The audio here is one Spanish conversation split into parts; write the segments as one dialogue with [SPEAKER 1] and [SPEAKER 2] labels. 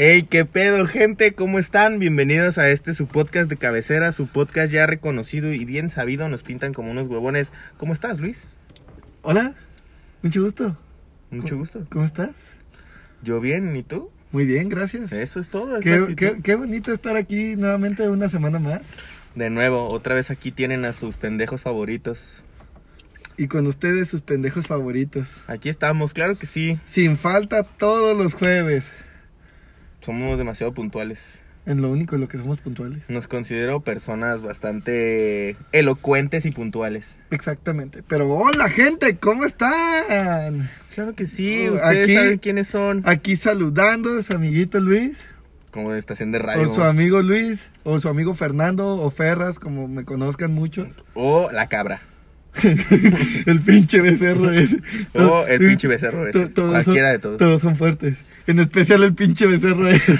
[SPEAKER 1] Hey, qué pedo, gente, ¿cómo están? Bienvenidos a este su podcast de cabecera, su podcast ya reconocido y bien sabido, nos pintan como unos huevones. ¿Cómo estás, Luis?
[SPEAKER 2] Hola, mucho gusto.
[SPEAKER 1] Mucho gusto.
[SPEAKER 2] ¿Cómo estás?
[SPEAKER 1] Yo bien, ¿y tú?
[SPEAKER 2] Muy bien, gracias.
[SPEAKER 1] Eso es todo. es la
[SPEAKER 2] Qué,
[SPEAKER 1] actitud.
[SPEAKER 2] qué- qué bonito estar aquí nuevamente una semana más
[SPEAKER 1] De nuevo, otra vez aquí tienen a sus pendejos favoritos.
[SPEAKER 2] y con ustedes sus pendejos favoritos.
[SPEAKER 1] Aquí estamos, claro que sí,
[SPEAKER 2] Sin falta todos los jueves.
[SPEAKER 1] somos demasiado puntuales.
[SPEAKER 2] En lo único en lo que somos puntuales.
[SPEAKER 1] Nos considero personas bastante elocuentes y puntuales.
[SPEAKER 2] Exactamente. Pero hola gente, ¿cómo están?
[SPEAKER 1] Claro que sí,
[SPEAKER 2] Uh,
[SPEAKER 1] ustedes
[SPEAKER 2] aquí-
[SPEAKER 1] saben quiénes son.
[SPEAKER 2] Aquí saludando a su amiguito Luis,
[SPEAKER 1] Como de estación de
[SPEAKER 2] o
[SPEAKER 1] radio.
[SPEAKER 2] su amigo Luis, o su amigo Fernando, o Ferras, como me conozcan muchos.
[SPEAKER 1] O la cabra.
[SPEAKER 2] el pinche becerro ese.
[SPEAKER 1] O Oh, el pinche becerro ese.
[SPEAKER 2] To- todos son-
[SPEAKER 1] Cualquiera de todos.
[SPEAKER 2] Todos son fuertes. En especial el pinche becerro ese.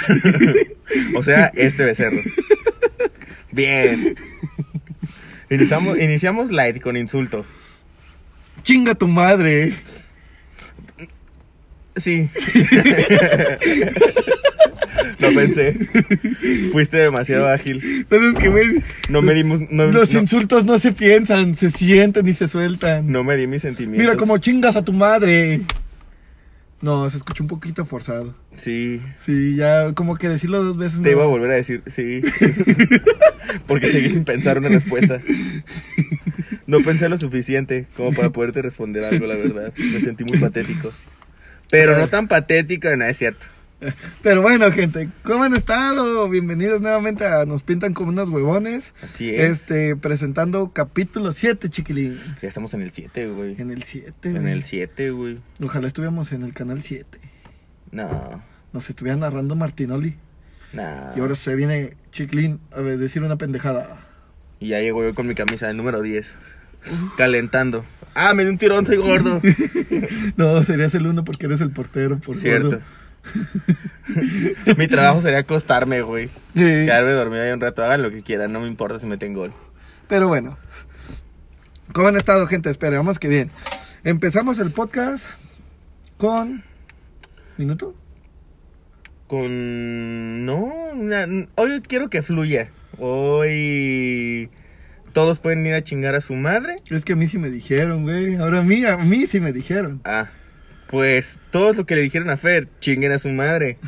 [SPEAKER 1] O sea, este becerro. Bien. Iniciamos, iniciamos light con insulto.
[SPEAKER 2] Chinga tu madre.
[SPEAKER 1] Sí. Lo pensé. Fuiste demasiado ágil.
[SPEAKER 2] Entonces que, güey,
[SPEAKER 1] No me dimos. No, no,
[SPEAKER 2] los insultos no se piensan, se sienten y se sueltan.
[SPEAKER 1] no me di mis sentimientos.
[SPEAKER 2] Mira como chingas a tu madre. No, se escuchó un poquito forzado.
[SPEAKER 1] Sí.
[SPEAKER 2] Sí, ya como que decirlo dos veces.
[SPEAKER 1] Te
[SPEAKER 2] no.
[SPEAKER 1] iba a volver a decir sí. Porque seguí sin pensar una respuesta. No pensé lo suficiente como para poderte responder algo, la verdad. Me sentí muy patético. Pero no tan patético, no es cierto.
[SPEAKER 2] Pero bueno, gente, ¿cómo han estado? Bienvenidos nuevamente a Nos Pintan como unos huevones.
[SPEAKER 1] Así es.
[SPEAKER 2] Este, presentando capítulo 7, chiquilín.
[SPEAKER 1] Ya estamos en el 7, güey.
[SPEAKER 2] En el 7.
[SPEAKER 1] En
[SPEAKER 2] güey.
[SPEAKER 1] el 7, güey.
[SPEAKER 2] Ojalá estuviéramos en el canal 7.
[SPEAKER 1] No,
[SPEAKER 2] Nos estuviera narrando Martinoli.
[SPEAKER 1] no.
[SPEAKER 2] Y ahora se viene Chiclín a ver, decir una pendejada.
[SPEAKER 1] Y ya llego yo con mi camisa del número 10. Calentando. Ah, me dio un tirón, soy gordo.
[SPEAKER 2] No, serías el uno porque eres el portero, por
[SPEAKER 1] Cierto. mi trabajo sería acostarme, güey.
[SPEAKER 2] Sí.
[SPEAKER 1] Quedarme dormido ahí un rato, hagan lo que quieran, no me importa si meten gol.
[SPEAKER 2] Pero bueno. ¿Cómo han estado, gente? Esperamos que bien. Empezamos el podcast con. ¿Minuto?
[SPEAKER 1] Con. No, una- hoy quiero que fluya. Hoy. Todos pueden ir a chingar a su madre.
[SPEAKER 2] Es que a mí sí me dijeron, güey. Ahora a mí, a mí sí me dijeron.
[SPEAKER 1] Ah, pues todos lo que le dijeron a Fer, chinguen a su madre.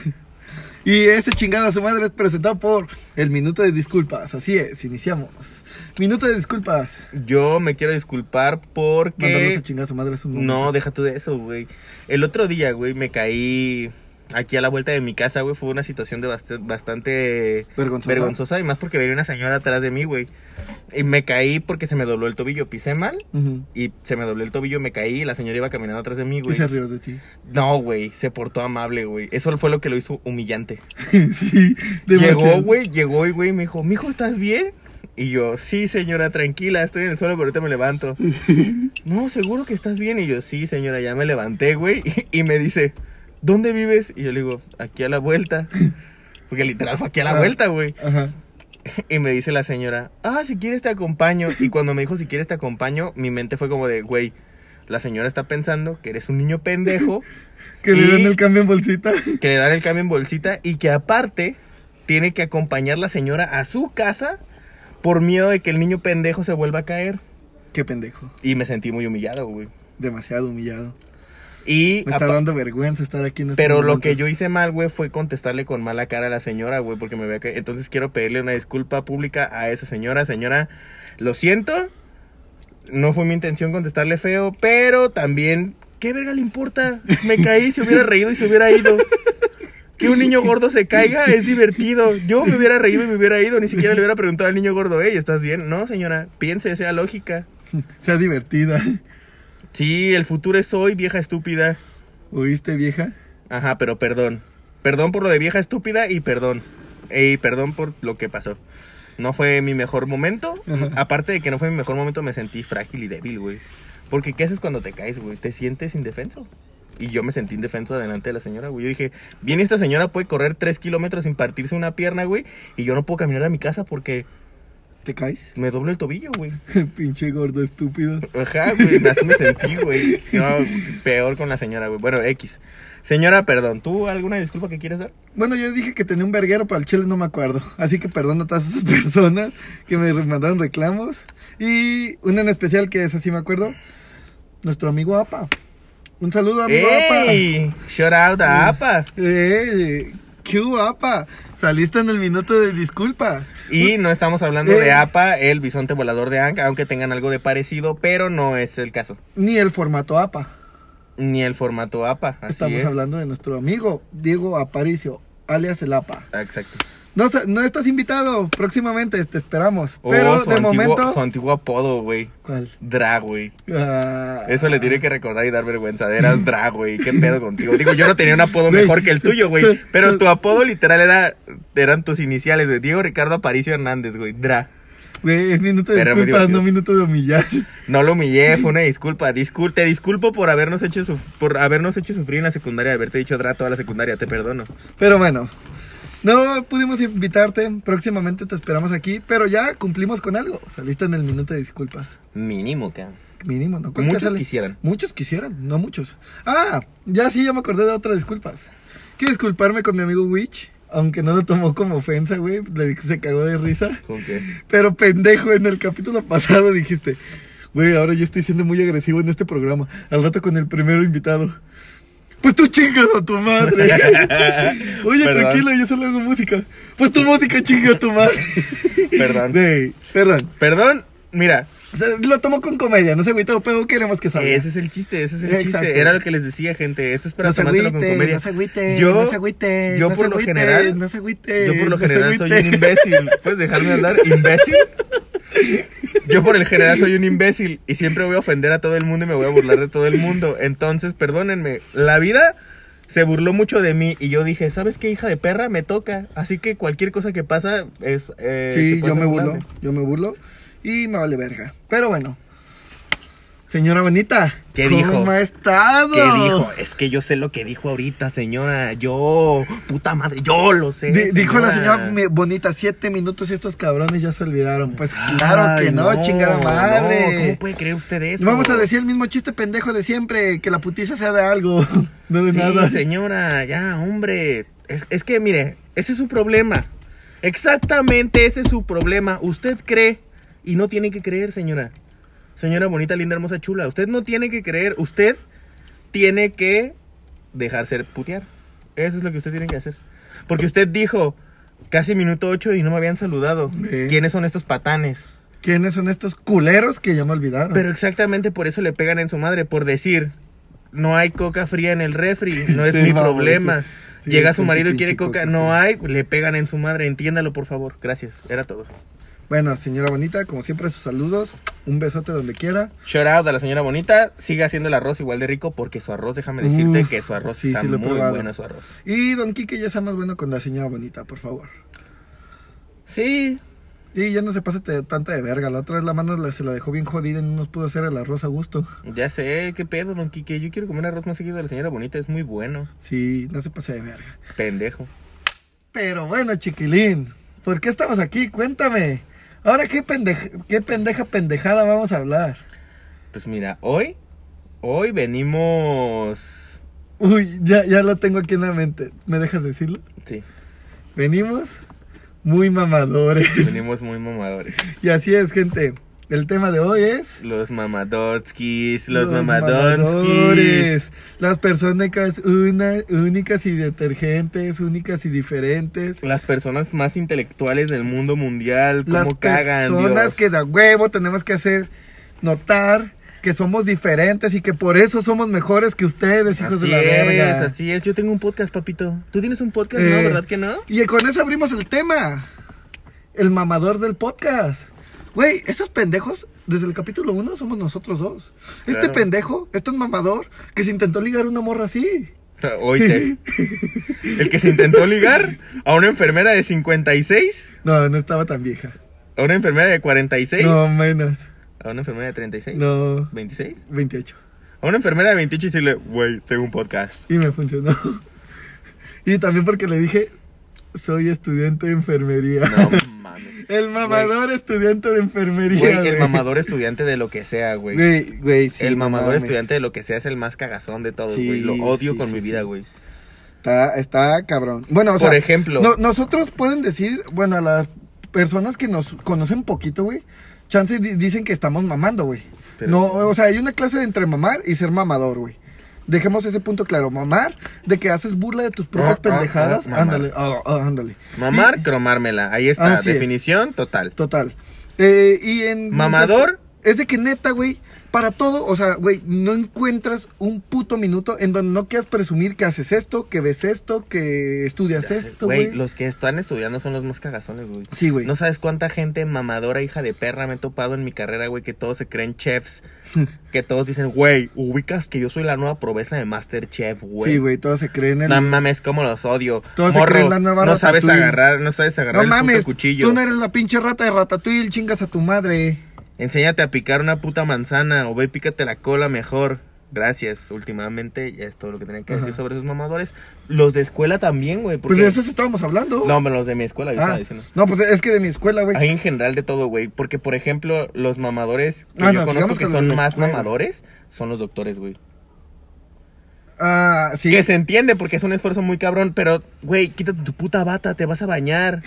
[SPEAKER 2] Y ese chingada a su madre es presentado por el Minuto de Disculpas. Así es, iniciamos. Minuto de Disculpas.
[SPEAKER 1] Yo me quiero disculpar
[SPEAKER 2] Mandarlos a
[SPEAKER 1] porque.
[SPEAKER 2] chingar a su madre es un
[SPEAKER 1] No, deja tú de eso, güey. El otro día, güey, me caí aquí a la vuelta de mi casa, güey. Fue una situación de bast- bastante
[SPEAKER 2] Vergonzoso.
[SPEAKER 1] vergonzosa y más porque venía una señora atrás de mí, güey. Y me caí porque se me dobló el tobillo. Pisé mal
[SPEAKER 2] Ujú.
[SPEAKER 1] y se me dobló el tobillo, me caí y la señora iba caminando atrás de mí,
[SPEAKER 2] Y
[SPEAKER 1] güey.
[SPEAKER 2] se rió de ti.
[SPEAKER 1] No, güey, se portó amable, güey. Eso fue lo que lo hizo humillante.
[SPEAKER 2] sí,
[SPEAKER 1] Llegó,
[SPEAKER 2] demasiado.
[SPEAKER 1] güey, llegó y, güey, me dijo, mijo, ¿estás bien? Y yo, sí, señora, tranquila, estoy en el suelo, pero ahorita me levanto. no, seguro que estás bien. Y yo, sí, señora, ya me levanté, güey. Y, me dice, ¿dónde vives? Y yo le digo, aquí a la vuelta. Porque literal fue aquí a la
[SPEAKER 2] Ah.
[SPEAKER 1] vuelta, güey.
[SPEAKER 2] Ajá.
[SPEAKER 1] Y me dice la señora, ah, si quieres te acompaño. Y cuando me dijo, si quieres te acompaño, mi mente fue como de, güey, la señora está pensando que eres un niño pendejo,
[SPEAKER 2] Que le
[SPEAKER 1] Y-
[SPEAKER 2] den el cambio en bolsita.
[SPEAKER 1] que le dan el cambio en bolsita y que aparte tiene que acompañar la señora a su casa por miedo de que el niño pendejo se vuelva a caer.
[SPEAKER 2] Qué pendejo.
[SPEAKER 1] Y me sentí muy humillado, güey.
[SPEAKER 2] Demasiado humillado.
[SPEAKER 1] Y
[SPEAKER 2] Me está
[SPEAKER 1] apa-
[SPEAKER 2] dando vergüenza estar aquí en este
[SPEAKER 1] Pero lo
[SPEAKER 2] momento.
[SPEAKER 1] que yo hice mal, güey, fue contestarle con mala cara a la señora, güey, porque me había que... Entonces quiero pedirle una disculpa pública a esa señora. Señora, lo siento. No fue mi intención contestarle feo, pero también... ¿Qué verga le importa? Me caí, se hubiera reído y se hubiera ido. Que un niño gordo se caiga es divertido. Yo me hubiera reído y me hubiera ido. Ni siquiera le hubiera preguntado al niño gordo, hey, ¿estás bien? No, señora, piense, sea lógica.
[SPEAKER 2] Sea divertida.
[SPEAKER 1] Sí, el futuro es hoy, vieja estúpida.
[SPEAKER 2] ¿Oíste, vieja?
[SPEAKER 1] Ajá, pero perdón. Perdón por lo de vieja estúpida y perdón. Y perdón por lo que pasó. No fue mi mejor momento.
[SPEAKER 2] Ajá.
[SPEAKER 1] Aparte de que no fue mi mejor momento, me sentí frágil y débil, güey. Porque ¿qué haces cuando te caes, güey? Te sientes indefenso. Y yo me sentí indefenso delante de la señora, güey. Yo dije, bien, esta señora puede correr tres kilómetros sin partirse una pierna, güey. Y yo no puedo caminar a mi casa porque
[SPEAKER 2] ¿Te caes?
[SPEAKER 1] Me dobló el tobillo, güey.
[SPEAKER 2] Pinche gordo estúpido.
[SPEAKER 1] Ajá, güey, así me sentí, güey. No, peor con la señora, güey. Bueno, X. Señora, perdón, ¿tú alguna disculpa que quieres dar?
[SPEAKER 2] Bueno, yo dije que tenía un verguero, pero al chile no me acuerdo. Así que perdón a todas esas personas que me mandaron reclamos. Y una en especial que es así me acuerdo. Nuestro amigo APA. Un saludo, amigo APA.
[SPEAKER 1] ¡Ey! Shout out a APA.
[SPEAKER 2] ¡Ey! Eh, ¡Qué hubo, APA! Saliste en el minuto de disculpas.
[SPEAKER 1] Y no estamos hablando
[SPEAKER 2] Eh.
[SPEAKER 1] de APA, el bisonte volador de Anca, aunque tengan algo de parecido, pero no es el caso.
[SPEAKER 2] Ni el formato APA.
[SPEAKER 1] Ni el formato APA, así
[SPEAKER 2] Estamos
[SPEAKER 1] es.
[SPEAKER 2] hablando de nuestro amigo Diego Aparicio, alias el APA.
[SPEAKER 1] Ah, Exacto.
[SPEAKER 2] No, sa- no estás invitado, próximamente te esperamos.
[SPEAKER 1] Oh,
[SPEAKER 2] Pero
[SPEAKER 1] su
[SPEAKER 2] de
[SPEAKER 1] antiguo-
[SPEAKER 2] momento.
[SPEAKER 1] Su antiguo apodo, güey.
[SPEAKER 2] ¿Cuál?
[SPEAKER 1] Drag, güey.
[SPEAKER 2] Ah,
[SPEAKER 1] Eso le tiene que recordar y dar vergüenza. Eras drag, güey. ¿Qué pedo contigo? Digo, yo no tenía un apodo
[SPEAKER 2] Güey.
[SPEAKER 1] mejor que el tuyo, güey. Pero tu apodo literal era, eran tus iniciales, güey. Diego Ricardo Aparicio Hernández, güey. Dra.
[SPEAKER 2] Güey, es minuto de
[SPEAKER 1] Pero muy
[SPEAKER 2] disculpas,
[SPEAKER 1] divertido.
[SPEAKER 2] no minuto de humillar.
[SPEAKER 1] No lo humillé, fue una disculpa. Discul te disculpo por habernos hecho suf- por habernos hecho sufrir en la secundaria, haberte dicho dra toda la secundaria, te perdono.
[SPEAKER 2] Pero bueno, no pudimos invitarte, próximamente te esperamos aquí, pero ya cumplimos con algo. Saliste en el minuto de disculpas.
[SPEAKER 1] Mínimo, cabrón.
[SPEAKER 2] Mínimo, ¿no? ¿Cuál que
[SPEAKER 1] Muchos
[SPEAKER 2] sale?
[SPEAKER 1] quisieran.
[SPEAKER 2] Muchos quisieran, no muchos. Ah, ya sí, ya me acordé de otras disculpas. Quiero disculparme con mi amigo Witch, aunque no lo tomó como ofensa, güey, le- se cagó de risa.
[SPEAKER 1] ¿Con qué?
[SPEAKER 2] Pero pendejo, en el capítulo pasado dijiste, güey, ahora yo estoy siendo muy agresivo en este programa. Al rato con el primero invitado. Pues tú chingas a tu madre. Oye,
[SPEAKER 1] Perdón.
[SPEAKER 2] tranquilo, yo solo hago música. Pues tu música chinga a tu madre.
[SPEAKER 1] Perdón.
[SPEAKER 2] Güey, perdón.
[SPEAKER 1] Perdón, mira,
[SPEAKER 2] O sea, lo tomo con comedia, no sé, güey, todo, pero queremos que salga.
[SPEAKER 1] Ese es el chiste, ese es el
[SPEAKER 2] Exacto.
[SPEAKER 1] chiste. Era lo que les decía, gente. Esto es para
[SPEAKER 2] No se
[SPEAKER 1] tomártelo con
[SPEAKER 2] agüiten,
[SPEAKER 1] comedia.
[SPEAKER 2] no se agüiten,
[SPEAKER 1] Yo-
[SPEAKER 2] no se agüiten,
[SPEAKER 1] yo
[SPEAKER 2] no se
[SPEAKER 1] por lo
[SPEAKER 2] agüiten,
[SPEAKER 1] general-
[SPEAKER 2] no se agüiten,
[SPEAKER 1] Yo por lo
[SPEAKER 2] no se
[SPEAKER 1] general soy un
[SPEAKER 2] agüiten.
[SPEAKER 1] imbécil. ¿Puedes dejarme hablar? ¿Imbécil? Yo por el general soy un imbécil y siempre voy a ofender a todo el mundo y me voy a burlar de todo el mundo. Entonces, perdónenme, la vida se burló mucho de mí y yo dije, ¿sabes qué, hija de perra? Me toca. Así que cualquier cosa que pasa es... eh, se
[SPEAKER 2] Sí,
[SPEAKER 1] puede
[SPEAKER 2] yo me
[SPEAKER 1] hacer
[SPEAKER 2] burlo,
[SPEAKER 1] burlable.
[SPEAKER 2] yo me burlo y me vale verga. Pero bueno, señora Bonita,
[SPEAKER 1] ¿Qué
[SPEAKER 2] ¿cómo
[SPEAKER 1] dijo?
[SPEAKER 2] ha estado?
[SPEAKER 1] ¿Qué dijo? Es que yo sé lo que dijo ahorita, señora. Yo, puta madre, yo lo sé.
[SPEAKER 2] Di- dijo la
[SPEAKER 1] señora.
[SPEAKER 2] señora me- Bonita, siete minutos y estos cabrones ya se olvidaron. Pues claro
[SPEAKER 1] Ay,
[SPEAKER 2] que no, chingada madre.
[SPEAKER 1] no, ¿Cómo puede creer usted eso?
[SPEAKER 2] Vamos a decir el mismo chiste pendejo de siempre, que la putiza sea de algo, no de
[SPEAKER 1] Sí,
[SPEAKER 2] nada.
[SPEAKER 1] señora, ya, hombre. Es, es que, mire, ese es su problema. Exactamente ese es su problema. Usted cree y no tiene que creer, señora. Señora bonita, linda, hermosa, chula. Usted no tiene que creer. Usted tiene que dejarse putear. Eso es lo que usted tiene que hacer. Porque usted dijo casi minuto 8 y no me habían saludado.
[SPEAKER 2] Sí.
[SPEAKER 1] ¿Quiénes son estos patanes?
[SPEAKER 2] ¿Quiénes son estos culeros que ya me olvidaron?
[SPEAKER 1] Pero exactamente por eso le pegan en su madre, por decir, no hay coca fría en el refri, no es
[SPEAKER 2] Sí,
[SPEAKER 1] mi
[SPEAKER 2] vamos,
[SPEAKER 1] problema.
[SPEAKER 2] sí. Sí,
[SPEAKER 1] Llega su
[SPEAKER 2] pinche,
[SPEAKER 1] marido y quiere
[SPEAKER 2] pinche
[SPEAKER 1] coca,
[SPEAKER 2] coca
[SPEAKER 1] no
[SPEAKER 2] fría.
[SPEAKER 1] hay, le pegan en su madre, entiéndalo por favor. Gracias, era todo.
[SPEAKER 2] Bueno, señora Bonita, como siempre, sus saludos, un besote donde quiera.
[SPEAKER 1] Shout out a la señora bonita, sigue haciendo el arroz igual de rico porque su arroz, déjame decirte
[SPEAKER 2] Uf,
[SPEAKER 1] que su arroz
[SPEAKER 2] sí,
[SPEAKER 1] está
[SPEAKER 2] sí lo he
[SPEAKER 1] muy
[SPEAKER 2] probado.
[SPEAKER 1] bueno su arroz.
[SPEAKER 2] Y don Quique ya sea más bueno con la señora Bonita, por favor.
[SPEAKER 1] Sí,
[SPEAKER 2] Y ya no se pase te- tanta de verga. La otra vez la mano la- se la dejó bien jodida y no nos pudo hacer el arroz a gusto.
[SPEAKER 1] ya sé, qué pedo, don Quique, yo quiero comer arroz más seguido de la señora bonita, es muy bueno,
[SPEAKER 2] Sí, no se pase de verga.
[SPEAKER 1] pendejo.
[SPEAKER 2] Pero bueno, chiquilín, ¿por qué estamos aquí? Cuéntame. Ahora, ¿qué, pendeja, qué pendeja pendejada vamos a hablar?
[SPEAKER 1] Pues mira, hoy, hoy venimos...
[SPEAKER 2] Uy, ya, ya lo tengo aquí en la mente. ¿Me dejas decirlo?
[SPEAKER 1] Sí,
[SPEAKER 2] Venimos muy mamadores.
[SPEAKER 1] venimos muy mamadores.
[SPEAKER 2] Y así es, gente. El tema de hoy es...
[SPEAKER 1] Los mamadotskis, los, mamadonskis.
[SPEAKER 2] mamadores. Las personas una- únicas y detergentes, únicas y diferentes.
[SPEAKER 1] Las personas más intelectuales del mundo mundial, cómo
[SPEAKER 2] las
[SPEAKER 1] cagan,
[SPEAKER 2] personas
[SPEAKER 1] Dios.
[SPEAKER 2] que da huevo tenemos que hacer notar que somos diferentes y que por eso somos mejores que ustedes, hijos
[SPEAKER 1] Así
[SPEAKER 2] de la
[SPEAKER 1] es,
[SPEAKER 2] verga.
[SPEAKER 1] así es. Yo tengo un podcast, papito. ¿Tú tienes un podcast, no?
[SPEAKER 2] Eh.
[SPEAKER 1] ¿Verdad que no?
[SPEAKER 2] Y con eso abrimos el tema. El mamador del podcast. Güey, esos pendejos, desde el capítulo 1 somos nosotros dos. Este
[SPEAKER 1] Claro.
[SPEAKER 2] pendejo es tan mamador que se intentó ligar una morra así.
[SPEAKER 1] Oíte. El que se intentó ligar a una enfermera de 56,
[SPEAKER 2] No, no estaba tan vieja.
[SPEAKER 1] a una enfermera de 46,
[SPEAKER 2] No, menos.
[SPEAKER 1] a una enfermera de 36,
[SPEAKER 2] No,
[SPEAKER 1] 26,
[SPEAKER 2] 28.
[SPEAKER 1] a una enfermera de 28 y decirle, güey, tengo un podcast.
[SPEAKER 2] Y me funcionó. Y también porque le dije, soy estudiante de enfermería.
[SPEAKER 1] No mames.
[SPEAKER 2] El mamador estudiante de enfermería.
[SPEAKER 1] Güey, el
[SPEAKER 2] güey.
[SPEAKER 1] mamador estudiante de lo que sea, güey.
[SPEAKER 2] Güey, güey, sí,
[SPEAKER 1] el
[SPEAKER 2] no
[SPEAKER 1] mamador
[SPEAKER 2] mames.
[SPEAKER 1] estudiante de lo que sea es el más cagazón de todos,
[SPEAKER 2] Sí,
[SPEAKER 1] güey. Lo odio
[SPEAKER 2] sí,
[SPEAKER 1] con
[SPEAKER 2] sí,
[SPEAKER 1] mi
[SPEAKER 2] sí.
[SPEAKER 1] vida, güey.
[SPEAKER 2] Está, está cabrón. Bueno, o
[SPEAKER 1] Por
[SPEAKER 2] sea,
[SPEAKER 1] ejemplo,
[SPEAKER 2] no- nosotros pueden decir, bueno, a las personas que nos conocen poquito, güey, chances di- dicen que estamos mamando, güey.
[SPEAKER 1] Pero-
[SPEAKER 2] no, o sea, hay una clase de entre mamar y ser mamador, güey. Dejemos ese punto claro, mamar, de que haces burla de tus propias
[SPEAKER 1] ah,
[SPEAKER 2] pendejadas,
[SPEAKER 1] ah, mamar.
[SPEAKER 2] ándale, ah, ah, ándale,
[SPEAKER 1] mamar, cromármela. Ahí está,
[SPEAKER 2] Así es.
[SPEAKER 1] definición total.
[SPEAKER 2] total. Eh, y en...
[SPEAKER 1] Mamador.
[SPEAKER 2] Es de que neta, güey, para todo, o sea, güey, no encuentras un puto minuto en donde no quieras presumir que haces esto, que ves esto, que estudias esto,
[SPEAKER 1] Güey,
[SPEAKER 2] güey.
[SPEAKER 1] los que están estudiando son los más cagazones, güey.
[SPEAKER 2] Sí, güey.
[SPEAKER 1] No sabes cuánta gente mamadora, hija de perra, me he topado en mi carrera, güey, que todos se creen chefs. que todos dicen, güey, ubicas que yo soy la nueva promesa de Masterchef, güey.
[SPEAKER 2] Sí, güey, todos se creen en
[SPEAKER 1] No mames, cómo los odio.
[SPEAKER 2] Todos se
[SPEAKER 1] Morro,
[SPEAKER 2] creen la nueva
[SPEAKER 1] No sabes
[SPEAKER 2] Ratatouille.
[SPEAKER 1] agarrar, no sabes agarrar
[SPEAKER 2] No
[SPEAKER 1] el puto
[SPEAKER 2] mames,
[SPEAKER 1] cuchillo.
[SPEAKER 2] tú no eres la pinche rata de Ratatouille, chingas a tu madre.
[SPEAKER 1] Enséñate a picar una puta manzana o ve y pícate la cola mejor. Gracias. Últimamente ya es todo lo que tenía que
[SPEAKER 2] Ajá.
[SPEAKER 1] decir sobre esos mamadores. Los de escuela también, güey.
[SPEAKER 2] Pues
[SPEAKER 1] porque-
[SPEAKER 2] de eso estábamos hablando.
[SPEAKER 1] No, pero los de mi escuela, yo
[SPEAKER 2] Ah,
[SPEAKER 1] estaba diciendo.
[SPEAKER 2] no, pues es que de mi escuela, güey.
[SPEAKER 1] Ahí en general de todo, güey. Porque, por ejemplo, los mamadores que
[SPEAKER 2] Ah,
[SPEAKER 1] yo
[SPEAKER 2] no,
[SPEAKER 1] conozco
[SPEAKER 2] sigamos
[SPEAKER 1] que
[SPEAKER 2] con los
[SPEAKER 1] son
[SPEAKER 2] de la
[SPEAKER 1] más
[SPEAKER 2] escuela.
[SPEAKER 1] mamadores son los doctores, güey.
[SPEAKER 2] Ah, sí.
[SPEAKER 1] Que se entiende porque es un esfuerzo muy cabrón, pero, güey, quítate tu puta bata, te vas a bañar.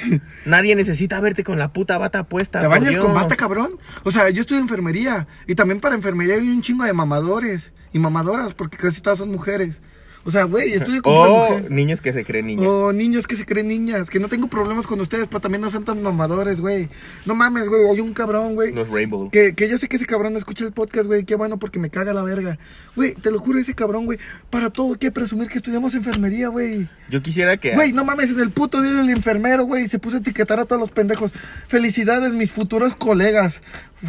[SPEAKER 1] Nadie necesita verte con la puta bata puesta.
[SPEAKER 2] ¿Te
[SPEAKER 1] por
[SPEAKER 2] bañas con
[SPEAKER 1] Dios.
[SPEAKER 2] bata, cabrón? O sea, yo estudio enfermería. Y también para enfermería hay un chingo de mamadores y mamadoras, porque casi todas son mujeres. O sea, güey, estudio con pura
[SPEAKER 1] O
[SPEAKER 2] mujer. Oh,
[SPEAKER 1] niños que se creen Oh, niñas.
[SPEAKER 2] O niños que se creen niñas, que no tengo problemas con ustedes, pero también no sean tan mamadores, güey. No mames, güey, hay un cabrón, güey.
[SPEAKER 1] Los Rainbow.
[SPEAKER 2] Que, que yo sé que ese cabrón no escucha el podcast, güey. Qué bueno porque me caga la verga. Güey, te lo juro, ese cabrón, güey. Para todo, que presumir que estudiamos enfermería, güey.
[SPEAKER 1] Yo quisiera que.
[SPEAKER 2] Güey, no mames, en el puto día del enfermero, güey. Se puso a etiquetar a todos los pendejos. Felicidades, mis futuros colegas.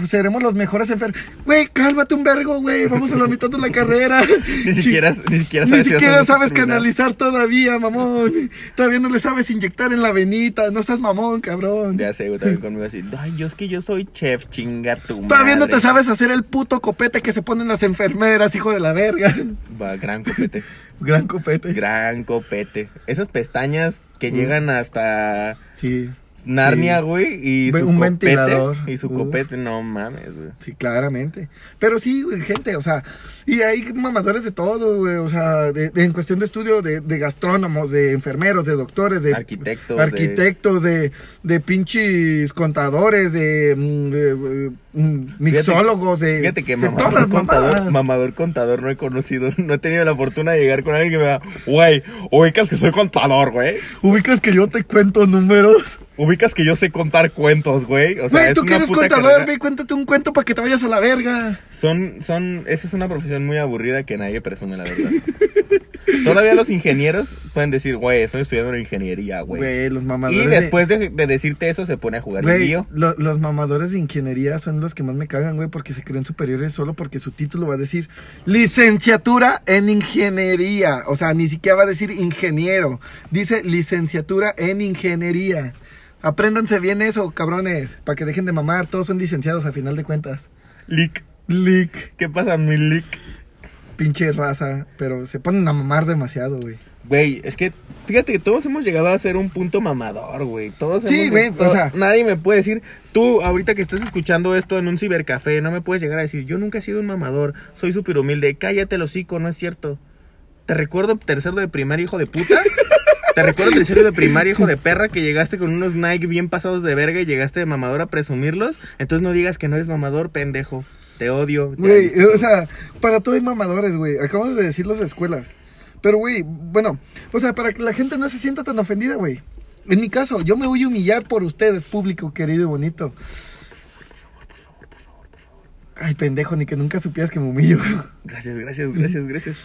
[SPEAKER 2] Seremos los mejores enfermeros. Güey, cálmate un vergo, güey. Vamos a la mitad de la carrera.
[SPEAKER 1] Ni siquiera, ni siquiera
[SPEAKER 2] Ni
[SPEAKER 1] sabes, si vas a
[SPEAKER 2] siquiera sabes
[SPEAKER 1] terminar.
[SPEAKER 2] canalizar todavía, mamón. Todavía no le sabes inyectar en la venita. No estás mamón, cabrón.
[SPEAKER 1] Ya sé, güey, también conmigo así. Ay, yo es que yo soy chef, chinga tu
[SPEAKER 2] Todavía no
[SPEAKER 1] madre".
[SPEAKER 2] te sabes hacer el puto copete que se ponen las enfermeras, hijo de la verga.
[SPEAKER 1] Va, gran copete.
[SPEAKER 2] Gran copete.
[SPEAKER 1] gran copete. Esas pestañas que
[SPEAKER 2] Mm.
[SPEAKER 1] llegan hasta
[SPEAKER 2] sí,
[SPEAKER 1] Narnia,
[SPEAKER 2] Sí.
[SPEAKER 1] güey, y
[SPEAKER 2] Ve-
[SPEAKER 1] su
[SPEAKER 2] un
[SPEAKER 1] copete.
[SPEAKER 2] ventilador.
[SPEAKER 1] Y su
[SPEAKER 2] Uf.
[SPEAKER 1] copete, no mames, güey.
[SPEAKER 2] sí, claramente. Pero sí, güey, gente, o sea, y hay mamadores de todo, güey, o sea, de- de- en cuestión de estudio, de, de gastrónomos, de enfermeros, de doctores, de
[SPEAKER 1] Arquitectos,
[SPEAKER 2] arquitectos, de, de pinches contadores, de, mm, de, eh, mm, mixólogos, de,
[SPEAKER 1] Fíjate que
[SPEAKER 2] de todas
[SPEAKER 1] mamador
[SPEAKER 2] las
[SPEAKER 1] contador,
[SPEAKER 2] mamadas.
[SPEAKER 1] mamador contador no he conocido, no he tenido la fortuna de llegar con alguien que me diga, güey, ubicas que soy contador, güey.
[SPEAKER 2] Ubicas que yo te cuento números.
[SPEAKER 1] Ubicas que yo sé contar cuentos, güey. O sea,
[SPEAKER 2] Güey,
[SPEAKER 1] es
[SPEAKER 2] tú que
[SPEAKER 1] una
[SPEAKER 2] eres
[SPEAKER 1] puta
[SPEAKER 2] contador,
[SPEAKER 1] carrera.
[SPEAKER 2] ve, cuéntate un cuento para que te vayas a la verga.
[SPEAKER 1] Son, son, esa es una profesión muy aburrida que nadie presume, la verdad. Todavía los ingenieros pueden decir, güey, estoy estudiando ingeniería, güey.
[SPEAKER 2] Güey, los mamadores.
[SPEAKER 1] Y
[SPEAKER 2] de-
[SPEAKER 1] después de, de decirte eso se pone a jugar
[SPEAKER 2] Güey,
[SPEAKER 1] Yu-Gi-Oh.
[SPEAKER 2] lo- los mamadores de ingeniería son los que más me cagan, güey, porque se creen superiores solo porque su título va a decir licenciatura en ingeniería. O sea, ni siquiera va a decir ingeniero. Dice licenciatura en ingeniería. Apréndanse bien eso, cabrones, para que dejen de mamar. Todos son licenciados a final de cuentas.
[SPEAKER 1] Lick,
[SPEAKER 2] Lick,
[SPEAKER 1] ¿qué pasa, mi lick?
[SPEAKER 2] pinche raza, pero se ponen a mamar demasiado, güey.
[SPEAKER 1] Güey, es que fíjate que todos hemos llegado a ser un punto mamador, güey. Todos
[SPEAKER 2] Sí,
[SPEAKER 1] hemos-
[SPEAKER 2] güey,
[SPEAKER 1] no-
[SPEAKER 2] o sea-
[SPEAKER 1] nadie me puede decir, tú ahorita que estás escuchando esto en un cibercafé, no me puedes llegar a decir, yo nunca he sido un mamador, soy súper humilde, cállate el hocico, no es cierto. Te recuerdo tercero de primaria, hijo de puta. Te recuerdo tercero de primaria, hijo de perra, que llegaste con unos Nike bien pasados de verga y llegaste de mamador a presumirlos. Entonces no digas que no eres mamador, pendejo. Te odio. Ya,
[SPEAKER 2] Güey,
[SPEAKER 1] listo.
[SPEAKER 2] o sea, para todo hay mamadores, güey. Acabamos de decir las escuelas. Pero, güey, bueno, o sea, para que la gente no se sienta tan ofendida, güey. En mi caso, yo me voy a humillar por ustedes, público querido y bonito. Ay, pendejo, ni que nunca supieras que me humillo.
[SPEAKER 1] Gracias, gracias, gracias, gracias.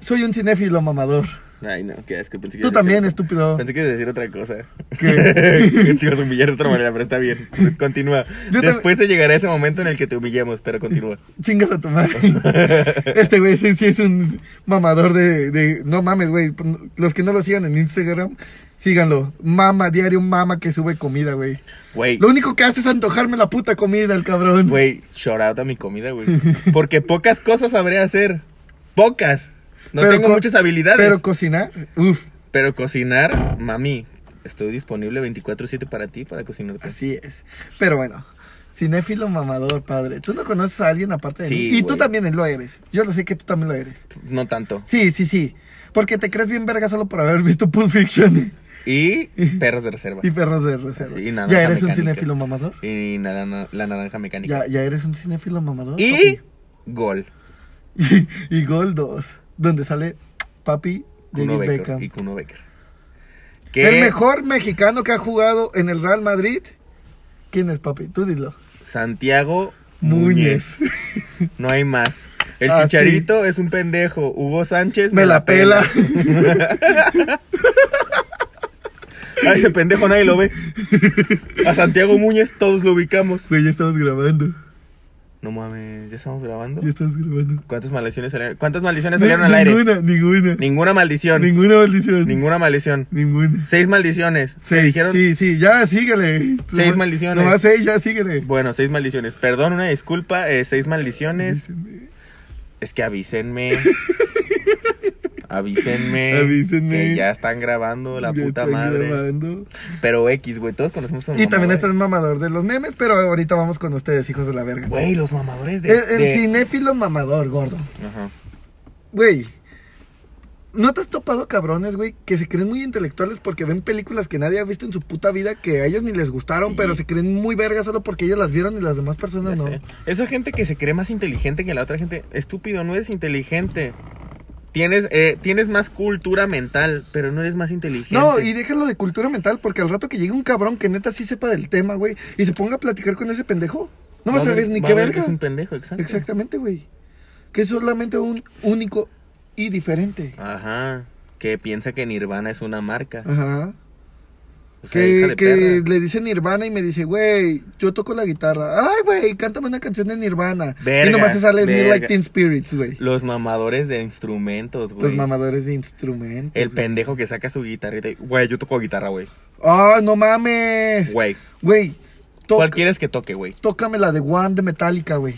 [SPEAKER 2] Soy un cinéfilo mamador.
[SPEAKER 1] Ay, no, qué asco. Pensé que ibas a
[SPEAKER 2] Tú
[SPEAKER 1] decir
[SPEAKER 2] también,
[SPEAKER 1] otra-
[SPEAKER 2] estúpido.
[SPEAKER 1] Pensé que ibas a decir otra cosa.
[SPEAKER 2] ¿Qué?
[SPEAKER 1] te ibas a humillar de otra manera, pero está bien. Continúa.
[SPEAKER 2] Yo también-
[SPEAKER 1] Después se llegará ese momento en el que te humillemos, pero continúa.
[SPEAKER 2] Chingas a tu madre. Este güey sí, sí es un mamador de, de- No mames, güey. Los que no lo sigan en Instagram, síganlo. Mama, diario mama que sube comida, güey.
[SPEAKER 1] Güey,
[SPEAKER 2] Lo único que hace es antojarme la puta comida, el cabrón.
[SPEAKER 1] güey, shout out a mi comida, güey. Porque pocas cosas sabré hacer. Pocas. No
[SPEAKER 2] Pero
[SPEAKER 1] tengo
[SPEAKER 2] co-
[SPEAKER 1] muchas habilidades.
[SPEAKER 2] Pero
[SPEAKER 1] Pero,
[SPEAKER 2] cocinar, uff.
[SPEAKER 1] cocinar, mami. Estoy disponible 24-7 para ti, para cocinarte.
[SPEAKER 2] Así es. Pero bueno, cinéfilo mamador, padre. Tú no conoces a alguien aparte de
[SPEAKER 1] Sí,
[SPEAKER 2] mí. Y tú
[SPEAKER 1] güey.
[SPEAKER 2] también lo eres. Yo lo sé que tú también lo eres.
[SPEAKER 1] No tanto.
[SPEAKER 2] Sí, sí, sí. Porque te crees bien verga solo por haber visto Pulp Fiction
[SPEAKER 1] Y perros de reserva.
[SPEAKER 2] y Perros de Reserva.
[SPEAKER 1] Sí, Naranja
[SPEAKER 2] ¿Ya eres un
[SPEAKER 1] Mecánica.
[SPEAKER 2] cinéfilo mamador?
[SPEAKER 1] Y na- la, na- la naranja mecánica.
[SPEAKER 2] ¿Ya, ¿Ya eres un cinéfilo mamador?
[SPEAKER 1] Y gol.
[SPEAKER 2] papi? y Gol 2, donde sale papi
[SPEAKER 1] Kuno
[SPEAKER 2] David
[SPEAKER 1] Becker.
[SPEAKER 2] Beckham.
[SPEAKER 1] Y Kuno Becker.
[SPEAKER 2] El mejor mexicano que ha jugado en el Real Madrid. ¿Quién es, papi? Tú dilo.
[SPEAKER 1] Santiago Muñez.
[SPEAKER 2] Muñez.
[SPEAKER 1] No hay más. El
[SPEAKER 2] Ah, sí.
[SPEAKER 1] chicharito es un pendejo. Hugo Sánchez
[SPEAKER 2] Me la pela.
[SPEAKER 1] A Ah, ese pendejo nadie lo ve. A Santiago Muñez todos lo ubicamos.
[SPEAKER 2] Güey, ya estamos grabando.
[SPEAKER 1] No mames, ya estamos grabando.
[SPEAKER 2] Ya estamos grabando.
[SPEAKER 1] ¿Cuántas maldiciones salieron? ¿Cuántas maldiciones
[SPEAKER 2] Ni-
[SPEAKER 1] salieron al aire?
[SPEAKER 2] ninguna, ninguna.
[SPEAKER 1] Ninguna maldición.
[SPEAKER 2] Ninguna maldición.
[SPEAKER 1] Ninguna maldición.
[SPEAKER 2] Ninguna.
[SPEAKER 1] Seis maldiciones. Se
[SPEAKER 2] Seis.
[SPEAKER 1] dijeron.
[SPEAKER 2] Sí, sí, ya síguele.
[SPEAKER 1] Seis
[SPEAKER 2] Nomás-
[SPEAKER 1] maldiciones.
[SPEAKER 2] Nomás seis, ya síguele.
[SPEAKER 1] Bueno, seis maldiciones. Perdón, una disculpa. eh, seis maldiciones. Es que avísenme. avísenme.
[SPEAKER 2] Avísenme.
[SPEAKER 1] Que ya están grabando la
[SPEAKER 2] Ya
[SPEAKER 1] puta
[SPEAKER 2] están
[SPEAKER 1] madre.
[SPEAKER 2] grabando.
[SPEAKER 1] Pero X, güey, todos conocemos a un
[SPEAKER 2] Y también
[SPEAKER 1] mamador.
[SPEAKER 2] está el mamador de los memes, pero ahorita vamos con ustedes, hijos de la verga.
[SPEAKER 1] Güey, los mamadores de.
[SPEAKER 2] El, el
[SPEAKER 1] de-
[SPEAKER 2] cinéfilo mamador, gordo.
[SPEAKER 1] Ajá.
[SPEAKER 2] Güey. ¿No te has topado cabrones, güey, que se creen muy intelectuales porque ven películas que nadie ha visto en su puta vida, que a ellos ni les gustaron,
[SPEAKER 1] Sí.
[SPEAKER 2] pero se creen muy vergas solo porque ellos las vieron y las demás personas
[SPEAKER 1] Ya
[SPEAKER 2] no?
[SPEAKER 1] sé. Esa gente que se cree más inteligente que la otra gente, estúpido, no eres inteligente. Tienes, eh, tienes más cultura mental, pero no eres más inteligente.
[SPEAKER 2] No, y déjalo de cultura mental porque al rato que llegue un cabrón que neta sí sepa del tema, güey, y se ponga a platicar con ese pendejo, no vas a ver ni
[SPEAKER 1] va
[SPEAKER 2] qué
[SPEAKER 1] ver que
[SPEAKER 2] verga.
[SPEAKER 1] Es un pendejo, exacto.
[SPEAKER 2] Exactamente, güey. Que es solamente un único y diferente.
[SPEAKER 1] Ah. Ajá. Que piensa que Nirvana es una marca.
[SPEAKER 2] Ajá.
[SPEAKER 1] O sea, hija
[SPEAKER 2] Que,
[SPEAKER 1] de
[SPEAKER 2] que
[SPEAKER 1] perra.
[SPEAKER 2] le dice Nirvana y me dice, güey, yo toco la guitarra. Ay, güey, cántame una canción de Nirvana.
[SPEAKER 1] Verga,
[SPEAKER 2] y nomás se sale Smell Like
[SPEAKER 1] verga.
[SPEAKER 2] Teen Spirits, güey.
[SPEAKER 1] Los mamadores de instrumentos, güey.
[SPEAKER 2] Los mamadores de instrumentos.
[SPEAKER 1] El
[SPEAKER 2] güey.
[SPEAKER 1] pendejo que saca su guitarrita. y, Güey, yo toco guitarra, güey.
[SPEAKER 2] Ah, no mames.
[SPEAKER 1] Güey.
[SPEAKER 2] Güey, to-
[SPEAKER 1] ¿Cuál quieres que toque, güey?
[SPEAKER 2] tócame la de One de Metallica, güey.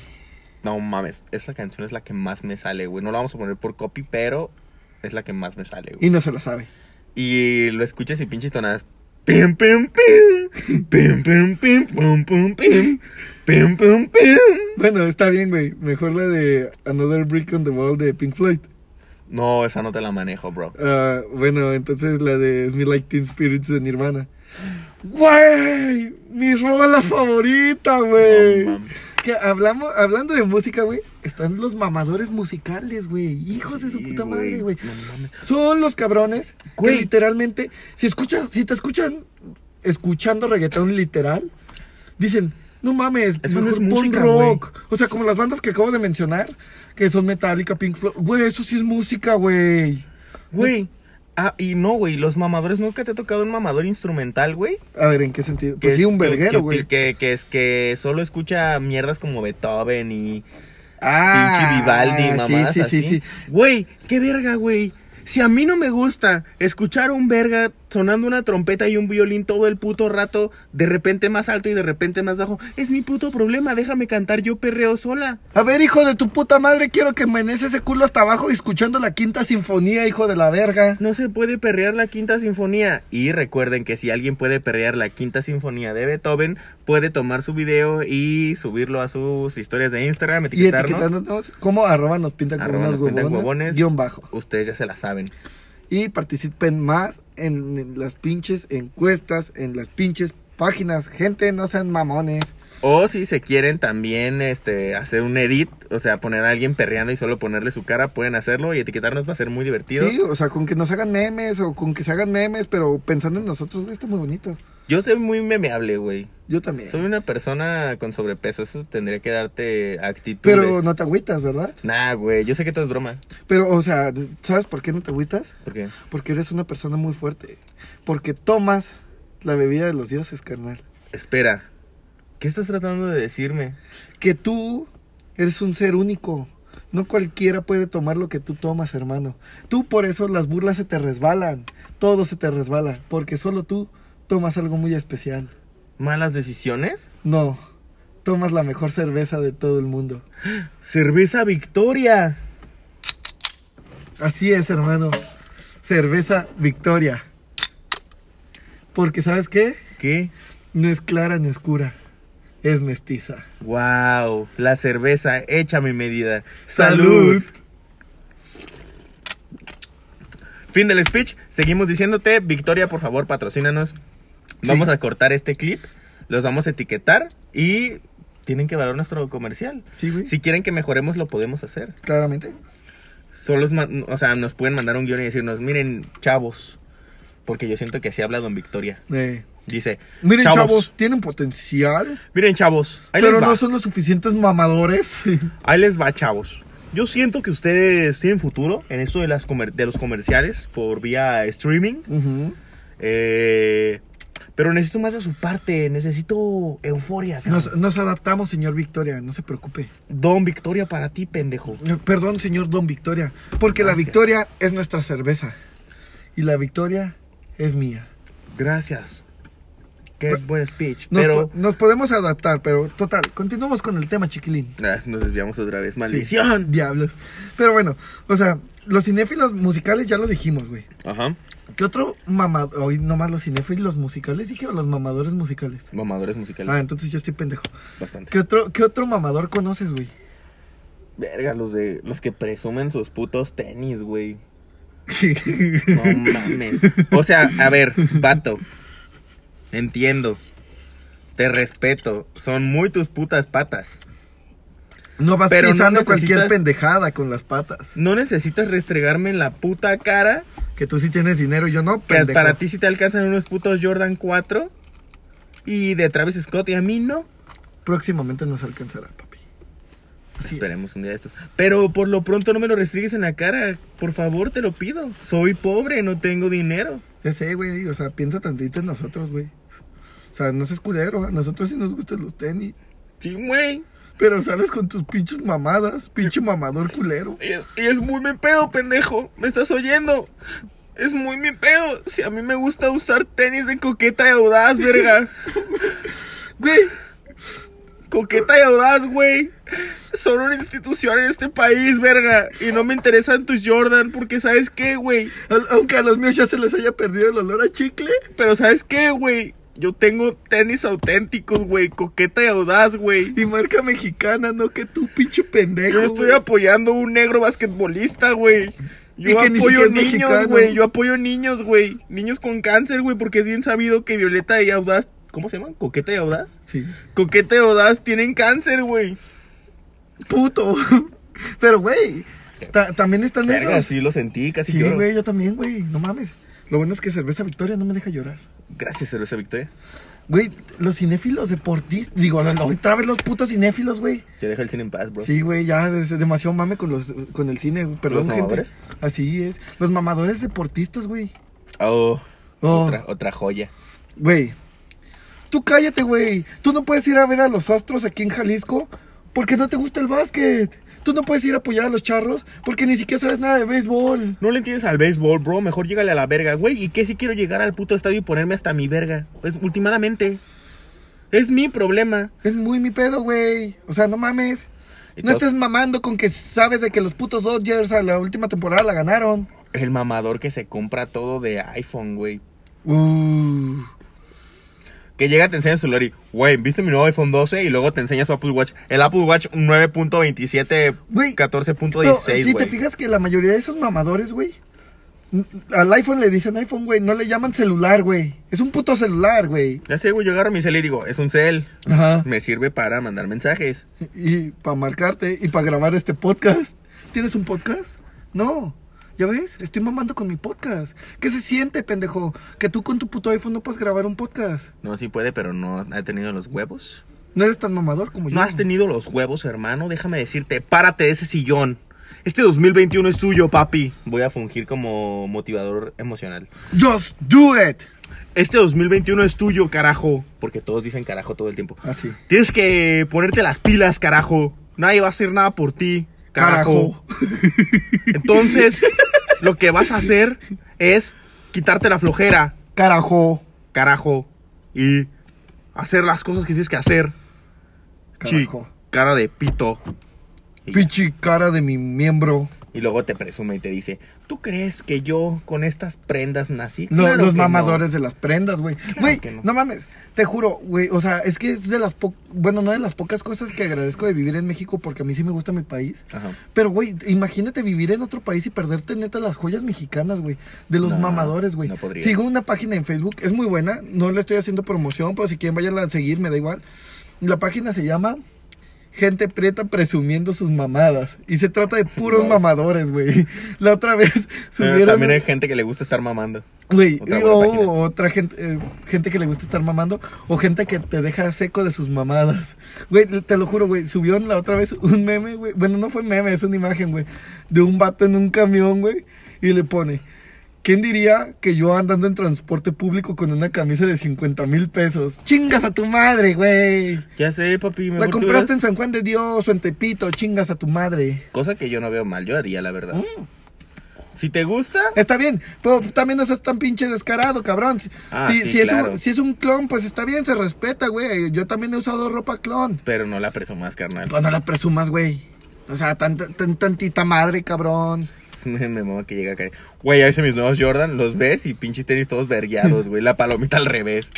[SPEAKER 1] No mames, esa canción es la que más me sale, güey. No la vamos a poner por copy, pero es la que más me sale, güey.
[SPEAKER 2] Y no se la sabe.
[SPEAKER 1] Y lo escuchas y pinches tonadas. Pim, pim, pim. Pim, pim, pim. Pum, pum, pim. Pim, pum, pim.
[SPEAKER 2] Bueno, está bien, güey. Mejor la de Another Brick on the Wall de Pink Floyd.
[SPEAKER 1] No, esa no te la manejo, bro.
[SPEAKER 2] Ah, bueno, entonces la de Smell Like Teen Spirits de Nirvana. ¡Güey! Mi rola favorita, güey.
[SPEAKER 1] No mames.
[SPEAKER 2] que hablamos, hablando de música, güey, están los mamadores musicales, güey. Hijos de su
[SPEAKER 1] Sí,
[SPEAKER 2] puta madre, güey.
[SPEAKER 1] No mames.
[SPEAKER 2] Son los cabrones
[SPEAKER 1] Güey.
[SPEAKER 2] que literalmente, si escuchas, si te escuchan escuchando reggaetón literal, dicen, no mames,
[SPEAKER 1] Eso no
[SPEAKER 2] mejor
[SPEAKER 1] es
[SPEAKER 2] pon
[SPEAKER 1] música,
[SPEAKER 2] rock. O sea, como las bandas que acabo de mencionar, que son Metallica, Pink Floyd. Güey, eso sí es música, güey.
[SPEAKER 1] Güey. Ah, y no, güey. Los mamadores nunca te ha tocado un mamador instrumental, güey.
[SPEAKER 2] A ver, ¿en qué sentido?
[SPEAKER 1] Que
[SPEAKER 2] Pues sí,
[SPEAKER 1] es-
[SPEAKER 2] un
[SPEAKER 1] que-
[SPEAKER 2] verguero,
[SPEAKER 1] que-
[SPEAKER 2] güey.
[SPEAKER 1] Que, que es que solo escucha mierdas como Beethoven y. pinche Vivaldi, mamadas
[SPEAKER 2] Ah, sí, sí, sí,
[SPEAKER 1] así.
[SPEAKER 2] sí.
[SPEAKER 1] Güey, qué verga, güey. Si a mí no me gusta escuchar un verga sonando una trompeta y un violín todo el puto rato, de repente más alto y de repente más bajo, es mi puto problema, déjame cantar yo perreo sola.
[SPEAKER 2] A ver, hijo de tu puta madre, quiero que menes ese culo hasta abajo escuchando la quinta sinfonía, hijo de la verga.
[SPEAKER 1] No se puede perrear la quinta sinfonía. Y recuerden que si alguien puede perrear la quinta sinfonía de Beethoven, puede tomar su video y subirlo a sus historias de Instagram,
[SPEAKER 2] Y
[SPEAKER 1] etiquetarnos.
[SPEAKER 2] etiquetándonos como arroba nos pintan como
[SPEAKER 1] Arroba
[SPEAKER 2] unos
[SPEAKER 1] nos pintan
[SPEAKER 2] huevones,
[SPEAKER 1] huevones.
[SPEAKER 2] guión bajo.
[SPEAKER 1] Ustedes ya se la saben.
[SPEAKER 2] Y participen más en las pinches encuestas, en las pinches páginas. Gente, no sean mamones.
[SPEAKER 1] O si se quieren también este, hacer un edit, o sea, poner a alguien perreando y solo ponerle su cara, pueden hacerlo y etiquetarnos va a ser muy divertido.
[SPEAKER 2] Sí, o sea, con que nos hagan memes o con que se hagan memes, pero pensando en nosotros, güey, está muy bonito.
[SPEAKER 1] Yo soy muy memeable, güey.
[SPEAKER 2] Yo también.
[SPEAKER 1] Soy una persona con sobrepeso, eso tendría que darte actitudes.
[SPEAKER 2] Pero no te agüitas, ¿verdad?
[SPEAKER 1] Nah, güey, yo sé que todo es broma.
[SPEAKER 2] Pero, o sea, ¿sabes por qué no te agüitas?
[SPEAKER 1] ¿Por qué?
[SPEAKER 2] Porque eres una persona muy fuerte. Porque tomas la bebida de los dioses, carnal.
[SPEAKER 1] Espera, ¿qué estás tratando de decirme?
[SPEAKER 2] Que tú eres un ser único. No cualquiera puede tomar lo que tú tomas, hermano. Tú por eso las burlas se te resbalan. Todo se te resbala. Porque solo tú tomas algo muy especial.
[SPEAKER 1] ¿Malas decisiones?
[SPEAKER 2] No. Tomas la mejor cerveza de todo el mundo.
[SPEAKER 1] Cerveza Victoria.
[SPEAKER 2] Así es, hermano. Cerveza Victoria. Porque, ¿sabes qué?
[SPEAKER 1] ¿Qué?
[SPEAKER 2] No es clara ni oscura. Es mestiza.
[SPEAKER 1] Wow, la cerveza hecha a mi medida.
[SPEAKER 2] ¡Salud!
[SPEAKER 1] Fin del speech. Seguimos diciéndote, Victoria, por favor, patrocínanos. Vamos a cortar este clip, los vamos a etiquetar y tienen que valorar nuestro comercial.
[SPEAKER 2] Sí, güey.
[SPEAKER 1] Si quieren que mejoremos, lo podemos hacer.
[SPEAKER 2] Claramente.
[SPEAKER 1] Solo es ma- o sea, nos pueden mandar un guión y decirnos, miren, chavos, porque yo siento que así habla Don Victoria.
[SPEAKER 2] Eh,
[SPEAKER 1] Dice,
[SPEAKER 2] Miren, chavos. tienen potencial,
[SPEAKER 1] miren, chavos, ahí
[SPEAKER 2] pero
[SPEAKER 1] les va.
[SPEAKER 2] no son los suficientes mamadores.
[SPEAKER 1] Ahí les va, chavos. Yo siento que ustedes tienen futuro en esto de, las comer- de los comerciales por vía streaming.
[SPEAKER 2] Ujú.
[SPEAKER 1] Eh, pero necesito más de su parte. Necesito euforia. cabrón.
[SPEAKER 2] nos, nos adaptamos, señor Victoria, no se preocupe.
[SPEAKER 1] Don Victoria para ti, pendejo.
[SPEAKER 2] Eh, Perdón, señor Don Victoria, porque la
[SPEAKER 1] Gracias.
[SPEAKER 2] victoria es nuestra cerveza y la victoria es mía.
[SPEAKER 1] Gracias. Qué
[SPEAKER 2] Pe-
[SPEAKER 1] buen speech.
[SPEAKER 2] Pues, Nos,
[SPEAKER 1] pero.
[SPEAKER 2] po- nos podemos adaptar, pero total, continuamos con el tema, chiquilín.
[SPEAKER 1] Ah, nos desviamos otra vez.
[SPEAKER 2] Sí,
[SPEAKER 1] ¡Maldición!
[SPEAKER 2] diablos. Pero bueno, o sea, los cinéfilos musicales ya los dijimos, güey.
[SPEAKER 1] Ajá.
[SPEAKER 2] ¿Qué otro mamador? Hoy nomás los cinéfilos musicales dije o los mamadores musicales.
[SPEAKER 1] Mamadores musicales.
[SPEAKER 2] Ah, entonces yo estoy pendejo.
[SPEAKER 1] Bastante.
[SPEAKER 2] ¿Qué otro, qué otro mamador conoces, güey?
[SPEAKER 1] Verga, los, de, los que presumen sus putos tenis, güey.
[SPEAKER 2] Sí.
[SPEAKER 1] No mames. O sea, a ver, vato. Entiendo. Te respeto. Son muy tus putas patas.
[SPEAKER 2] No vas
[SPEAKER 1] Pero no
[SPEAKER 2] pisando
[SPEAKER 1] necesitas-
[SPEAKER 2] cualquier pendejada con las patas.
[SPEAKER 1] No necesitas restregarme en la puta cara.
[SPEAKER 2] Que tú sí tienes dinero, yo no,
[SPEAKER 1] Que
[SPEAKER 2] pendejo.
[SPEAKER 1] para ti sí te alcanzan unos putos Jordan 4. Y de Travis Scott y a mí no.
[SPEAKER 2] Próximamente nos alcanzará, papi. Así es.
[SPEAKER 1] Esperemos un día de estos. Pero por lo pronto no me lo restrigues en la cara. Por favor, te lo pido. Soy pobre, no tengo dinero.
[SPEAKER 2] Ya sé, güey, o sea, piensa tantito en nosotros, güey. O sea, no seas culero, a nosotros sí nos gustan los tenis.
[SPEAKER 1] Sí, güey.
[SPEAKER 2] Pero sales con tus pinches mamadas, pinche mamador culero.
[SPEAKER 1] Y es, y es muy mi pedo, pendejo. ¿Me estás oyendo? Es muy mi pedo. Si a mí me gusta usar tenis de coqueta y audaz, verga.
[SPEAKER 2] Güey,
[SPEAKER 1] Coqueta y audaz, güey. Son una institución en este país, verga. Y no me interesan tus Jordan, porque ¿sabes qué, güey?
[SPEAKER 2] a- aunque a los míos ya se les haya perdido el olor a chicle.
[SPEAKER 1] Pero ¿sabes qué, güey? Yo tengo tenis auténticos, güey. Coqueta y audaz, güey.
[SPEAKER 2] Y marca mexicana, no que tú, pinche pendejo.
[SPEAKER 1] Yo no estoy
[SPEAKER 2] güey.
[SPEAKER 1] apoyando a un negro basquetbolista, güey.
[SPEAKER 2] Y
[SPEAKER 1] Yo
[SPEAKER 2] que ni
[SPEAKER 1] apoyo
[SPEAKER 2] siquiera es
[SPEAKER 1] niños,
[SPEAKER 2] mexicano.
[SPEAKER 1] güey. Yo apoyo niños, güey. Niños con cáncer, güey, porque es bien sabido que Violeta y Audaz. ¿Cómo se llaman? ¿Coqueta y Audaz?
[SPEAKER 2] Sí.
[SPEAKER 1] Coqueta y Audaz tienen cáncer, güey.
[SPEAKER 2] Puto. Pero, güey, ta- también están
[SPEAKER 1] Verga,
[SPEAKER 2] esos.
[SPEAKER 1] sí, lo sentí, casi
[SPEAKER 2] Sí,
[SPEAKER 1] lloro.
[SPEAKER 2] güey, yo también, güey. No mames. Lo bueno es que Cerveza Victoria no me deja llorar.
[SPEAKER 1] Gracias, Cerveza Victoria.
[SPEAKER 2] Güey, los cinéfilos deportistas. Digo, no, no, otra vez los putos cinéfilos, güey.
[SPEAKER 1] Te dejo el cine en paz, bro.
[SPEAKER 2] Sí, güey, ya es demasiado mame con los con el cine, güey. Perdón,
[SPEAKER 1] ¿Los
[SPEAKER 2] gente.
[SPEAKER 1] mamadores?
[SPEAKER 2] Así es. Los mamadores deportistas, güey.
[SPEAKER 1] Oh,
[SPEAKER 2] Oh.
[SPEAKER 1] Otra, otra joya.
[SPEAKER 2] Güey. Tú cállate, güey. Tú no puedes ir a ver a los astros aquí en Jalisco porque no te gusta el básquet. Tú no puedes ir a apoyar a los charros porque ni siquiera sabes nada de béisbol.
[SPEAKER 1] No le entiendes al béisbol, bro. Mejor llégale a la verga, güey. ¿Y qué si quiero llegar al puto estadio y ponerme hasta mi verga? Pues, últimamente. Es mi problema.
[SPEAKER 2] Es muy mi pedo, güey. O sea, no mames.
[SPEAKER 1] Y
[SPEAKER 2] No
[SPEAKER 1] todos-
[SPEAKER 2] estés mamando con que sabes de que los putos Dodgers a la última temporada la ganaron.
[SPEAKER 1] El mamador que se compra todo de iPhone, güey.
[SPEAKER 2] Uh.
[SPEAKER 1] Que llega, te enseña su lori. Güey, ¿viste mi nuevo iPhone 12? Y luego te enseña su Apple Watch. El Apple Watch
[SPEAKER 2] Güey,
[SPEAKER 1] 9.27,
[SPEAKER 2] Pero, eh,
[SPEAKER 1] 14.16,
[SPEAKER 2] si te
[SPEAKER 1] güey.
[SPEAKER 2] fijas que la mayoría de esos mamadores, güey, n- al iPhone le dicen iPhone, güey, no le llaman celular, güey. Es un puto celular, güey.
[SPEAKER 1] Ya sé, güey, yo agarro mi cel y digo, es un cel.
[SPEAKER 2] Ajá.
[SPEAKER 1] Me sirve para mandar mensajes.
[SPEAKER 2] Y para marcarte y para grabar este podcast. ¿Tienes un podcast? No. ¿Ya ves? Estoy mamando con mi podcast. ¿Qué se siente, pendejo? Que tú con tu puto iPhone no puedes grabar un podcast.
[SPEAKER 1] No, sí puede, pero no ha tenido los huevos.
[SPEAKER 2] No eres tan mamador como
[SPEAKER 1] Pues
[SPEAKER 2] yo.
[SPEAKER 1] No has tenido los huevos, hermano. Déjame decirte, párate de ese sillón. Este 2021 es tuyo, papi. Voy a fungir como motivador emocional.
[SPEAKER 2] Just do it.
[SPEAKER 1] Este 2021 es tuyo, carajo. Porque todos dicen carajo todo el tiempo.
[SPEAKER 2] Así.
[SPEAKER 1] Tienes que ponerte las pilas, carajo. Nadie va a hacer nada por ti, carajo.
[SPEAKER 2] Carajo.
[SPEAKER 1] Entonces, lo que vas a hacer es quitarte la flojera,
[SPEAKER 2] Carajo.
[SPEAKER 1] carajo, y hacer las cosas que tienes que hacer. Chi-
[SPEAKER 2] Carajo.
[SPEAKER 1] cara de pito. Y, ya.
[SPEAKER 2] Pichi cara de mi miembro.
[SPEAKER 1] Y luego te presume y te dice, ¿Tú crees que yo con estas prendas nací?
[SPEAKER 2] Lo-
[SPEAKER 1] Claro
[SPEAKER 2] los
[SPEAKER 1] que
[SPEAKER 2] mamadores
[SPEAKER 1] no.
[SPEAKER 2] de las prendas, güey. Güey,
[SPEAKER 1] que no.
[SPEAKER 2] no. mames, te juro, güey. O sea, es que es de las po- bueno, no de las pocas cosas que agradezco de vivir en México porque a mí sí me gusta mi país.
[SPEAKER 1] Ajá.
[SPEAKER 2] Pero, güey, imagínate vivir en otro país y perderte neta las joyas mexicanas, güey. De los
[SPEAKER 1] No,
[SPEAKER 2] mamadores, güey.
[SPEAKER 1] no podría.
[SPEAKER 2] Sigo una página en Facebook, es muy buena. No le estoy haciendo promoción, pero si quieren vayan a seguir, me da igual. La página se llama Gente Prieta Presumiendo Sus Mamadas. Y se trata de puros
[SPEAKER 1] Wow.
[SPEAKER 2] mamadores, güey. La otra vez
[SPEAKER 1] Pero
[SPEAKER 2] subieron...
[SPEAKER 1] También hay gente que le gusta estar mamando.
[SPEAKER 2] Güey,
[SPEAKER 1] Otra buena
[SPEAKER 2] o
[SPEAKER 1] página.
[SPEAKER 2] otra gente, eh, gente que le gusta estar mamando, o gente que te deja seco de sus mamadas. Güey, te lo juro, güey, subió la otra vez un meme, güey. Bueno, no fue meme, es una imagen, güey, de un vato en un camión, güey, y le pone, ¿quién diría que yo andando en transporte público con una camisa de 50 mil pesos? Chingas a tu madre, güey.
[SPEAKER 1] Ya sé, papi. mejor
[SPEAKER 2] La
[SPEAKER 1] te
[SPEAKER 2] compraste en
[SPEAKER 1] hubieras-
[SPEAKER 2] San Juan de Dios o en Tepito, chingas a tu madre.
[SPEAKER 1] Cosa que yo no veo mal, yo haría, la verdad.
[SPEAKER 2] Mm.
[SPEAKER 1] Si te gusta,
[SPEAKER 2] Está bien, pero también no seas tan pinche descarado, cabrón. Si,
[SPEAKER 1] Ah,
[SPEAKER 2] si-
[SPEAKER 1] sí,
[SPEAKER 2] si es
[SPEAKER 1] claro.
[SPEAKER 2] un, si es un clon, pues está bien, se respeta, güey. Yo también he usado ropa clon.
[SPEAKER 1] pero no la presumas, carnal.
[SPEAKER 2] Pues no la presumas, güey. O sea, tan, tan- tantita madre, cabrón.
[SPEAKER 1] Me me mama que llega acá. Güey, a veces mis nuevos Jordan los ves y pinches tenis todos vergueados, güey. La palomita al revés.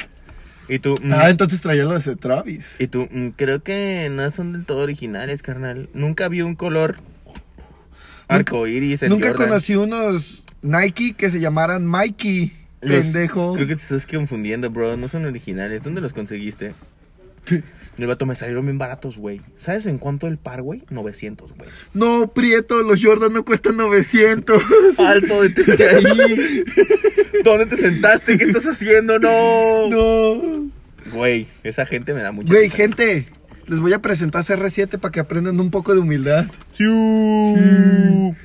[SPEAKER 1] Y tú, mm,
[SPEAKER 2] Ah, entonces traía los de Travis.
[SPEAKER 1] y tú, mm, creo que no son del todo originales, carnal. Nunca vi un color arcoíris en
[SPEAKER 2] Nunca
[SPEAKER 1] Jordan.
[SPEAKER 2] conocí unos Nike que se llamaran Mikey,
[SPEAKER 1] Los-
[SPEAKER 2] pendejo.
[SPEAKER 1] Creo que te estás confundiendo, bro. No son originales. ¿Dónde los conseguiste? El vato me salieron bien baratos, güey. ¿Sabes en cuánto el par, güey? 900, güey.
[SPEAKER 2] No, Prieto, los Jordan no cuestan 900.
[SPEAKER 1] Alto, detente ahí. ¿Dónde te sentaste? ¿Qué estás haciendo? No.
[SPEAKER 2] No.
[SPEAKER 1] Güey, esa gente me da mucha
[SPEAKER 2] Güey,
[SPEAKER 1] risa.
[SPEAKER 2] gente, les voy a presentar CR7 para que aprendan un poco de humildad.
[SPEAKER 1] Siu.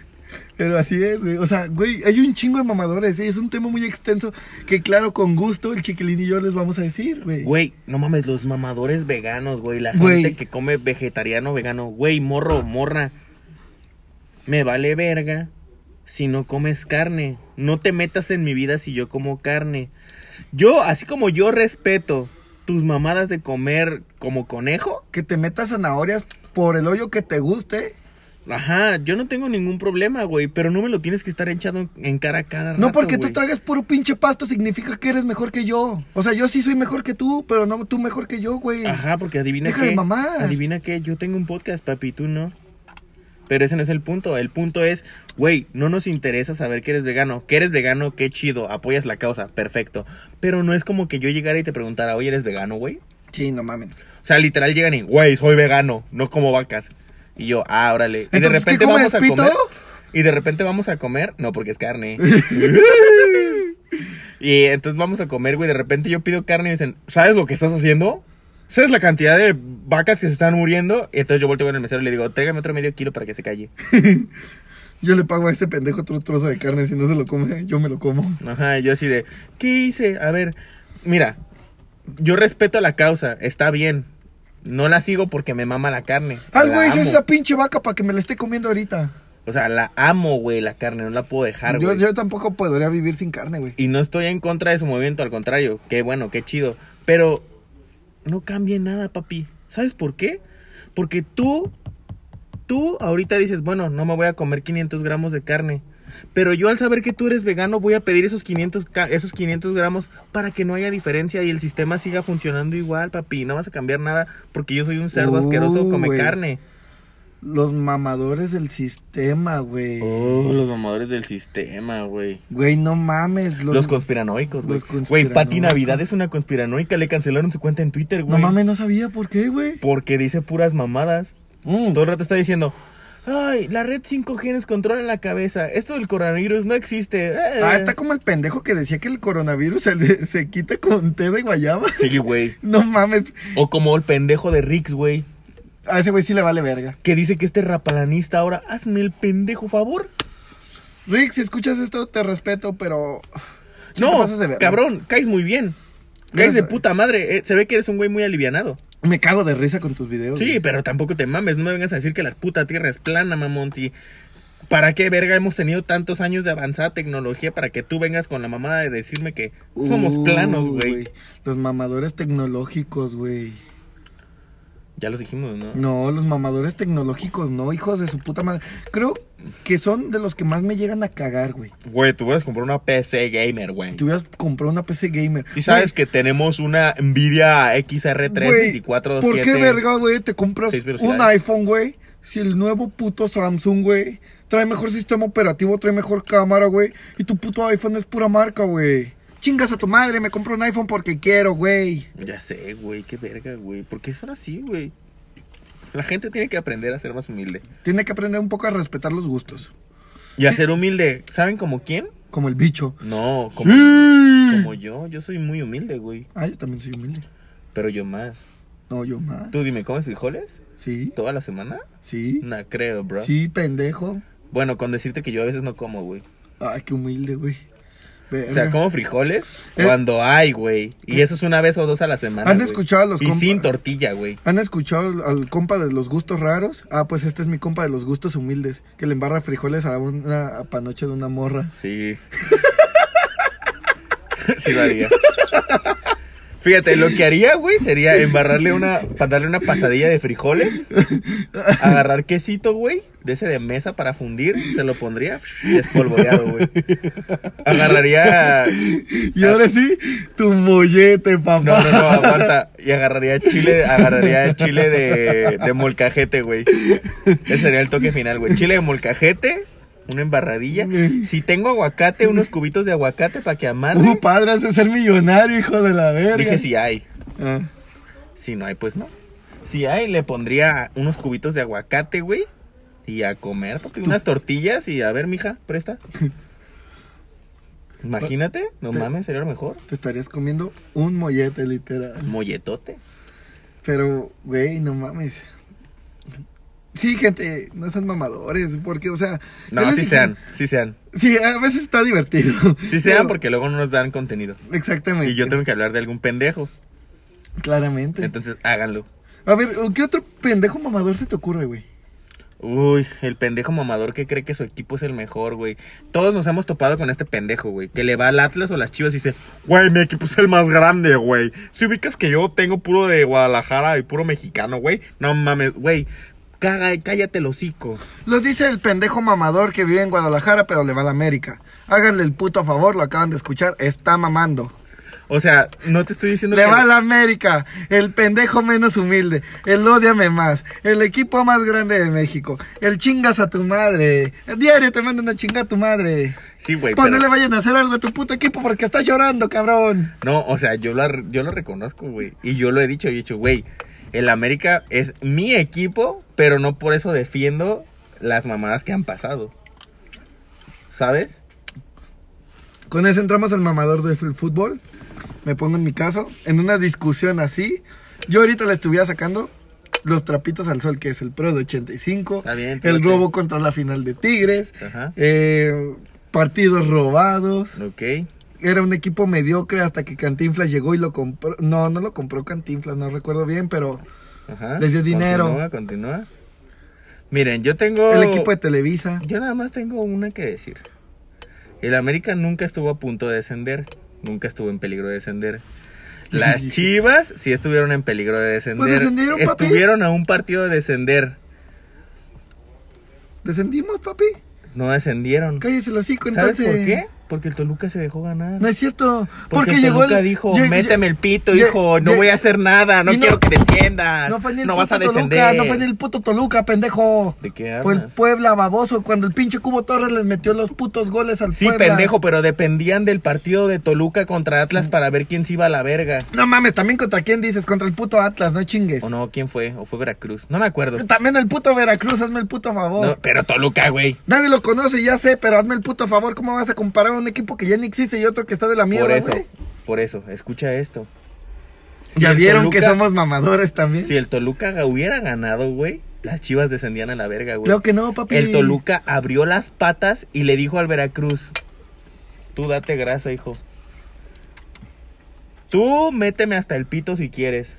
[SPEAKER 2] Pero así es, güey. O sea, güey, hay un chingo de mamadores. ¿eh? Es un tema muy extenso que, claro, con gusto el chiquilín y yo les vamos a decir, güey.
[SPEAKER 1] Güey, no mames, los mamadores veganos, güey. La
[SPEAKER 2] Güey.
[SPEAKER 1] gente que come vegetariano, vegano. Güey, morro, morra. Me vale verga si no comes carne. No te metas en mi vida si yo como carne. Yo, así como yo respeto tus mamadas de comer como conejo,
[SPEAKER 2] Que te metas zanahorias por el hoyo que te guste.
[SPEAKER 1] ajá, yo no tengo ningún problema, güey. Pero no me lo tienes que estar echando en cara cada rato.
[SPEAKER 2] No porque
[SPEAKER 1] güey.
[SPEAKER 2] tú tragas puro pinche pasto significa que eres mejor que yo. O sea, yo sí soy mejor que tú, pero no tú mejor que yo, güey.
[SPEAKER 1] Ajá, porque adivina
[SPEAKER 2] Deja
[SPEAKER 1] qué.
[SPEAKER 2] de mamar.
[SPEAKER 1] Adivina qué, yo tengo un podcast, papi, tú no. Pero ese no es el punto. El punto es, güey, no nos interesa saber que eres vegano. Que eres vegano, qué chido, apoyas la causa, perfecto. Pero no es como que yo llegara y te preguntara, oye, ¿eres vegano, güey?
[SPEAKER 2] Sí, no mamen.
[SPEAKER 1] O sea, literal llegan y, güey, soy vegano, no como vacas. Y yo, ah, órale. Y de
[SPEAKER 2] Entonces, ¿qué
[SPEAKER 1] repente
[SPEAKER 2] comes,
[SPEAKER 1] vamos a
[SPEAKER 2] pito?
[SPEAKER 1] comer. Y de repente vamos a comer, no, porque es carne. y entonces vamos a comer, güey. De repente yo pido carne y me dicen, ¿sabes lo que estás haciendo? ¿Sabes la cantidad de vacas que se están muriendo? Y entonces yo volteo con el mesero y le digo, tráigame otro medio kilo para que se calle.
[SPEAKER 2] Yo le pago a este pendejo otro trozo de carne. Si no se lo come, yo me lo como.
[SPEAKER 1] Ajá, y yo así de, ¿qué hice? A ver, mira, yo respeto la causa, está bien. No la sigo porque me mama la carne.
[SPEAKER 2] Al
[SPEAKER 1] la
[SPEAKER 2] güey, es
[SPEAKER 1] amo.
[SPEAKER 2] esa pinche vaca para que me la esté comiendo ahorita.
[SPEAKER 1] O sea, la amo, güey, la carne, no la puedo dejar,
[SPEAKER 2] Yo,
[SPEAKER 1] güey.
[SPEAKER 2] yo tampoco podría vivir sin carne, güey.
[SPEAKER 1] Y no estoy en contra de su movimiento, al contrario, qué bueno, qué chido. Pero no cambie nada, papi. ¿Sabes por qué? Porque tú, tú ahorita dices, bueno, no me voy a comer 500 gramos de carne. Pero yo al saber que tú eres vegano voy a pedir esos 500, ca- esos 500 gramos para que no haya diferencia y el sistema siga funcionando igual, papi. No vas a cambiar nada porque yo soy un cerdo
[SPEAKER 2] Uh,
[SPEAKER 1] asqueroso, come
[SPEAKER 2] güey.
[SPEAKER 1] carne.
[SPEAKER 2] Los mamadores del sistema, güey.
[SPEAKER 1] Oh, los mamadores del sistema, güey.
[SPEAKER 2] Güey, no mames. Los,
[SPEAKER 1] Los conspiranoicos, güey.
[SPEAKER 2] Los conspiranoicos.
[SPEAKER 1] Güey, Pati Navidad es una conspiranoica. Le cancelaron su cuenta en Twitter,
[SPEAKER 2] no
[SPEAKER 1] güey.
[SPEAKER 2] mames, no sabía por qué, güey.
[SPEAKER 1] Porque dice puras mamadas.
[SPEAKER 2] Mm.
[SPEAKER 1] Todo el rato está diciendo. Ay, la red 5G nos controla la cabeza. Esto del coronavirus no existe. Eh".
[SPEAKER 2] Ah, está como el pendejo que decía que el coronavirus se, se quita con té de guayaba.
[SPEAKER 1] Sí, güey.
[SPEAKER 2] No mames.
[SPEAKER 1] O como el pendejo de Rix, güey.
[SPEAKER 2] A ese güey sí le vale verga.
[SPEAKER 1] Que dice que este rapalanista ahora, hazme el pendejo favor.
[SPEAKER 2] Rick, si escuchas esto, te respeto, pero. sí te
[SPEAKER 1] no,
[SPEAKER 2] pasas de verga.
[SPEAKER 1] cabrón, caes muy bien. Caes de
[SPEAKER 2] Gracias.
[SPEAKER 1] puta madre. Eh, se ve que eres un güey muy alivianado.
[SPEAKER 2] Me cago de risa con tus videos.
[SPEAKER 1] Sí,
[SPEAKER 2] güey.
[SPEAKER 1] pero tampoco te mames, no me vengas a decir que la puta tierra es plana, mamón. Si, ¿Para qué verga hemos tenido tantos años de avanzada tecnología para que tú vengas con la mamada de decirme que somos
[SPEAKER 2] Uh,
[SPEAKER 1] planos, güey?
[SPEAKER 2] Los mamadores tecnológicos, güey.
[SPEAKER 1] Ya los dijimos, ¿no?
[SPEAKER 2] No, los mamadores tecnológicos, no, hijos de su puta madre. Creo que son de los que más me llegan a cagar, güey.
[SPEAKER 1] Güey, tú vas a comprar una PC gamer, güey.
[SPEAKER 2] Te hubieras comprado una PC gamer.
[SPEAKER 1] Sí sabes que tenemos una Nvidia XR3
[SPEAKER 2] Güey,
[SPEAKER 1] 24
[SPEAKER 2] ¿Por qué, verga, güey, te compras
[SPEAKER 1] Seis velocidades.
[SPEAKER 2] un iPhone, güey? Si el nuevo puto Samsung, güey, trae mejor sistema operativo, trae mejor cámara, güey. Y tu puto iPhone es pura marca, güey. Chingas a tu madre, me compro un iPhone porque quiero, güey.
[SPEAKER 1] Ya sé, güey, qué verga, güey. ¿Por qué son así, güey? La gente tiene que aprender a ser más humilde.
[SPEAKER 2] Tiene que aprender un poco a respetar los gustos.
[SPEAKER 1] Y a ser humilde, ¿saben como quién?
[SPEAKER 2] Como el bicho.
[SPEAKER 1] No, como,
[SPEAKER 2] ¡Sí!
[SPEAKER 1] como yo. Yo soy muy humilde, güey.
[SPEAKER 2] Ah, yo también soy humilde.
[SPEAKER 1] Pero yo más.
[SPEAKER 2] No, yo más.
[SPEAKER 1] Tú dime, ¿comes frijoles?
[SPEAKER 2] Sí,
[SPEAKER 1] ¿Toda la semana?
[SPEAKER 2] sí.
[SPEAKER 1] No creo, bro.
[SPEAKER 2] Sí, pendejo.
[SPEAKER 1] Bueno, con decirte que yo a veces no como, güey.
[SPEAKER 2] Ay, qué humilde, güey.
[SPEAKER 1] O
[SPEAKER 2] Verga.
[SPEAKER 1] sea, como frijoles
[SPEAKER 2] Eh.
[SPEAKER 1] cuando hay, güey. Y eso es una vez o dos a la semana.
[SPEAKER 2] ¿Han
[SPEAKER 1] güey.
[SPEAKER 2] escuchado a los
[SPEAKER 1] Y
[SPEAKER 2] compa-
[SPEAKER 1] sin tortilla, güey.
[SPEAKER 2] ¿Han escuchado al, al compa de los gustos raros? Ah, pues este es mi compa de los gustos humildes, que le embarra frijoles a una panoche de una morra.
[SPEAKER 1] Sí. sí lo haría. Fíjate, lo que haría, güey, sería embarrarle una, para darle una pasadilla de frijoles, agarrar quesito, güey, de ese de mesa para fundir, se lo pondría despolvoreado, güey. Agarraría,
[SPEAKER 2] Y ahora sí, tu mollete, papá.
[SPEAKER 1] Ah. no, no, no, aguanta, y agarraría chile, agarraría chile de, de molcajete, güey. Ese sería el toque final, güey. Chile de molcajete, una embarradilla. Si tengo aguacate, unos cubitos de aguacate para que amarre.
[SPEAKER 2] Uh, padre, has de ser millonario, hijo de la verga.
[SPEAKER 1] Dije si hay.
[SPEAKER 2] Ah,
[SPEAKER 1] Si no hay, pues no. Si hay, le pondría unos cubitos de aguacate, güey. Y a comer, papi, unas tortillas y a ver, mija, presta. Imagínate, no
[SPEAKER 2] Te-
[SPEAKER 1] mames, sería lo mejor.
[SPEAKER 2] te estarías comiendo un mollete, literal.
[SPEAKER 1] Molletote.
[SPEAKER 2] Pero, güey, no mames. Sí, gente, no sean mamadores, porque, o sea...
[SPEAKER 1] No,
[SPEAKER 2] ya les
[SPEAKER 1] sí
[SPEAKER 2] dije-
[SPEAKER 1] sean, sí sean.
[SPEAKER 2] Sí, a veces está divertido.
[SPEAKER 1] Sí sean
[SPEAKER 2] Pero-
[SPEAKER 1] porque luego no nos dan contenido.
[SPEAKER 2] Exactamente.
[SPEAKER 1] Y yo tengo que hablar de algún pendejo.
[SPEAKER 2] Claramente.
[SPEAKER 1] Entonces, háganlo.
[SPEAKER 2] A ver, ¿qué otro pendejo mamador se te ocurre, güey?
[SPEAKER 1] Uy, el pendejo mamador que cree que su equipo es el mejor, güey. Todos nos hemos topado con este pendejo, güey. Que le va al Atlas o las Chivas y dice, güey, mi equipo es el más grande, güey. Si ubicas que yo tengo puro de Guadalajara y puro mexicano, güey. No mames, güey. Caga, cállate el hocico.
[SPEAKER 2] Lo dice el pendejo mamador que vive en Guadalajara, pero le va a la América. Háganle el puto favor, lo acaban de escuchar, está mamando.
[SPEAKER 1] O sea, no te estoy diciendo
[SPEAKER 2] Le
[SPEAKER 1] que...
[SPEAKER 2] va a la América, el pendejo menos humilde, el odiame más, el equipo más grande de México, el chingas a tu madre, el diario te mandan a chingar a tu madre.
[SPEAKER 1] Sí, güey,
[SPEAKER 2] Pues no le
[SPEAKER 1] pero...
[SPEAKER 2] vayan a hacer algo a tu puto equipo porque está llorando, cabrón.
[SPEAKER 1] No, o sea, yo lo, ar- yo lo reconozco, güey. Y yo lo he dicho, y he dicho, güey, el América es mi equipo, pero no por eso defiendo las mamadas que han pasado. ¿Sabes?
[SPEAKER 2] Con eso entramos al mamador del fu- fútbol. Me pongo en mi caso, en una discusión así. Yo ahorita le estuviera sacando los trapitos al sol, que es el Pro de 85,
[SPEAKER 1] Está bien,
[SPEAKER 2] el
[SPEAKER 1] espérate.
[SPEAKER 2] robo contra la final de Tigres,
[SPEAKER 1] Ajá.
[SPEAKER 2] eh, partidos robados.
[SPEAKER 1] Ok.
[SPEAKER 2] Era un equipo mediocre hasta que Cantinflas llegó y lo compró. No, no lo compró Cantinflas, no recuerdo bien, pero
[SPEAKER 1] Ajá.
[SPEAKER 2] Les dio dinero.
[SPEAKER 1] Continúa, continúa. Miren, yo tengo.
[SPEAKER 2] el equipo de Televisa.
[SPEAKER 1] Yo nada más tengo una que decir. El América nunca estuvo a punto de descender. Nunca estuvo en peligro de descender. Las Chivas sí estuvieron en peligro de descender.
[SPEAKER 2] Pues descendieron, papi.
[SPEAKER 1] estuvieron a un partido de descender.
[SPEAKER 2] ¿Descendimos, papi?
[SPEAKER 1] No descendieron.
[SPEAKER 2] Cállese el hocico,
[SPEAKER 1] ¿Sabes
[SPEAKER 2] entonces.
[SPEAKER 1] por qué? Porque el Toluca se dejó ganar.
[SPEAKER 2] No es cierto.
[SPEAKER 1] porque
[SPEAKER 2] Porque,
[SPEAKER 1] el
[SPEAKER 2] llegó
[SPEAKER 1] Toluca
[SPEAKER 2] el...
[SPEAKER 1] dijo,
[SPEAKER 2] lle- lle-
[SPEAKER 1] méteme el pito,
[SPEAKER 2] lle-
[SPEAKER 1] hijo, no
[SPEAKER 2] lle-
[SPEAKER 1] voy a hacer nada, no,
[SPEAKER 2] y no-
[SPEAKER 1] quiero que desciendas.
[SPEAKER 2] No fue ni el
[SPEAKER 1] no vas
[SPEAKER 2] puto
[SPEAKER 1] a descender.
[SPEAKER 2] Toluca, no fue ni el puto Toluca, pendejo.
[SPEAKER 1] ¿De qué
[SPEAKER 2] Fue el
[SPEAKER 1] hablas?
[SPEAKER 2] Puebla baboso cuando el pinche Cubo Torres les metió los putos goles al
[SPEAKER 1] Sí,
[SPEAKER 2] Puebla.
[SPEAKER 1] pendejo, pero dependían del partido de Toluca contra
[SPEAKER 2] Mm.
[SPEAKER 1] Atlas para ver quién se iba a la verga.
[SPEAKER 2] No mames, también contra quién dices, contra el puto Atlas, no chingues.
[SPEAKER 1] O no, ¿quién fue? ¿O fue Veracruz? No me acuerdo.
[SPEAKER 2] También el puto Veracruz, hazme el puto favor.
[SPEAKER 1] No, pero Toluca, güey.
[SPEAKER 2] Nadie lo conoce, ya sé, pero hazme el puto favor, ¿cómo vas a comparar a un equipo que ya ni existe y otro que está de la mierda,
[SPEAKER 1] Por eso,
[SPEAKER 2] güey?
[SPEAKER 1] por eso, escucha esto. Si
[SPEAKER 2] Ya
[SPEAKER 1] el
[SPEAKER 2] vieron que
[SPEAKER 1] Toluca-
[SPEAKER 2] somos mamadores también.
[SPEAKER 1] Si el Toluca ga- hubiera ganado, güey, las chivas descendían a la verga, güey.
[SPEAKER 2] Claro que no, papi.
[SPEAKER 1] El Toluca abrió las patas y le dijo al Veracruz: Tú date grasa, hijo. Tú méteme hasta el pito si quieres.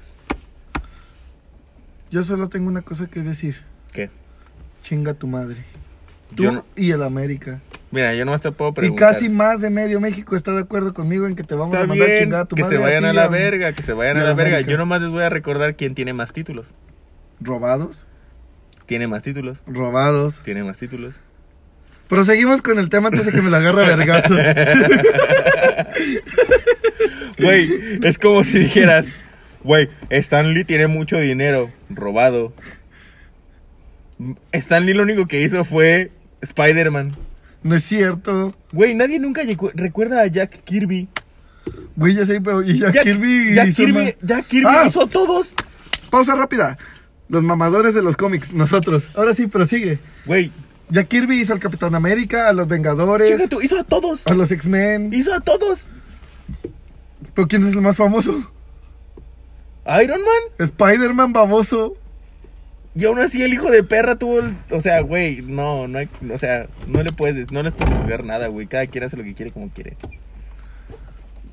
[SPEAKER 2] Yo solo tengo una cosa que decir.
[SPEAKER 1] ¿Qué?
[SPEAKER 2] Chinga tu madre. Tú
[SPEAKER 1] Yo no-
[SPEAKER 2] y el América.
[SPEAKER 1] mira, yo no te puedo
[SPEAKER 2] Y
[SPEAKER 1] preguntar.
[SPEAKER 2] casi más de medio México está de acuerdo conmigo en que te vamos
[SPEAKER 1] Está
[SPEAKER 2] a mandar
[SPEAKER 1] bien,
[SPEAKER 2] chingada a tu
[SPEAKER 1] que
[SPEAKER 2] madre.
[SPEAKER 1] se vayan
[SPEAKER 2] ti
[SPEAKER 1] a
[SPEAKER 2] y
[SPEAKER 1] la verga, que se vayan
[SPEAKER 2] y
[SPEAKER 1] a
[SPEAKER 2] a
[SPEAKER 1] la
[SPEAKER 2] la
[SPEAKER 1] verga.
[SPEAKER 2] América.
[SPEAKER 1] Yo nomás les voy a recordar quién tiene más títulos.
[SPEAKER 2] robados,
[SPEAKER 1] Tiene más títulos.
[SPEAKER 2] robados.
[SPEAKER 1] Tiene más títulos.
[SPEAKER 2] Proseguimos con el tema antes de que me la agarre a vergazos.
[SPEAKER 1] Güey, es como si dijeras, güey, Stan Lee tiene mucho dinero robado. Stan Lee lo único que hizo fue Spider-Man.
[SPEAKER 2] No es cierto.
[SPEAKER 1] Güey, nadie nunca llegó- recuerda a Jack Kirby.
[SPEAKER 2] Güey, ya sé, pero y Jack, Kirby
[SPEAKER 1] Jack
[SPEAKER 2] hizo
[SPEAKER 1] Kirby,
[SPEAKER 2] ma-
[SPEAKER 1] Jack Kirby
[SPEAKER 2] Ah.
[SPEAKER 1] hizo todos.
[SPEAKER 2] Pausa rápida. Los mamadores de los cómics, nosotros. Ahora sí, prosigue.
[SPEAKER 1] Güey,
[SPEAKER 2] Jack Kirby hizo al Capitán América, a los
[SPEAKER 1] chinga
[SPEAKER 2] Vengadores,
[SPEAKER 1] tú, hizo a todos.
[SPEAKER 2] Pues a los X-Men.
[SPEAKER 1] Hizo a todos.
[SPEAKER 2] ¿Pero quién es el más famoso?
[SPEAKER 1] Iron Man.
[SPEAKER 2] Spider-Man baboso.
[SPEAKER 1] Y aún así el hijo de perra tuvo el- O sea, güey, no, no hay... O sea, no le puedes... des- No les puedes juzgar nada, güey. Cada quien hace lo que quiere como quiere.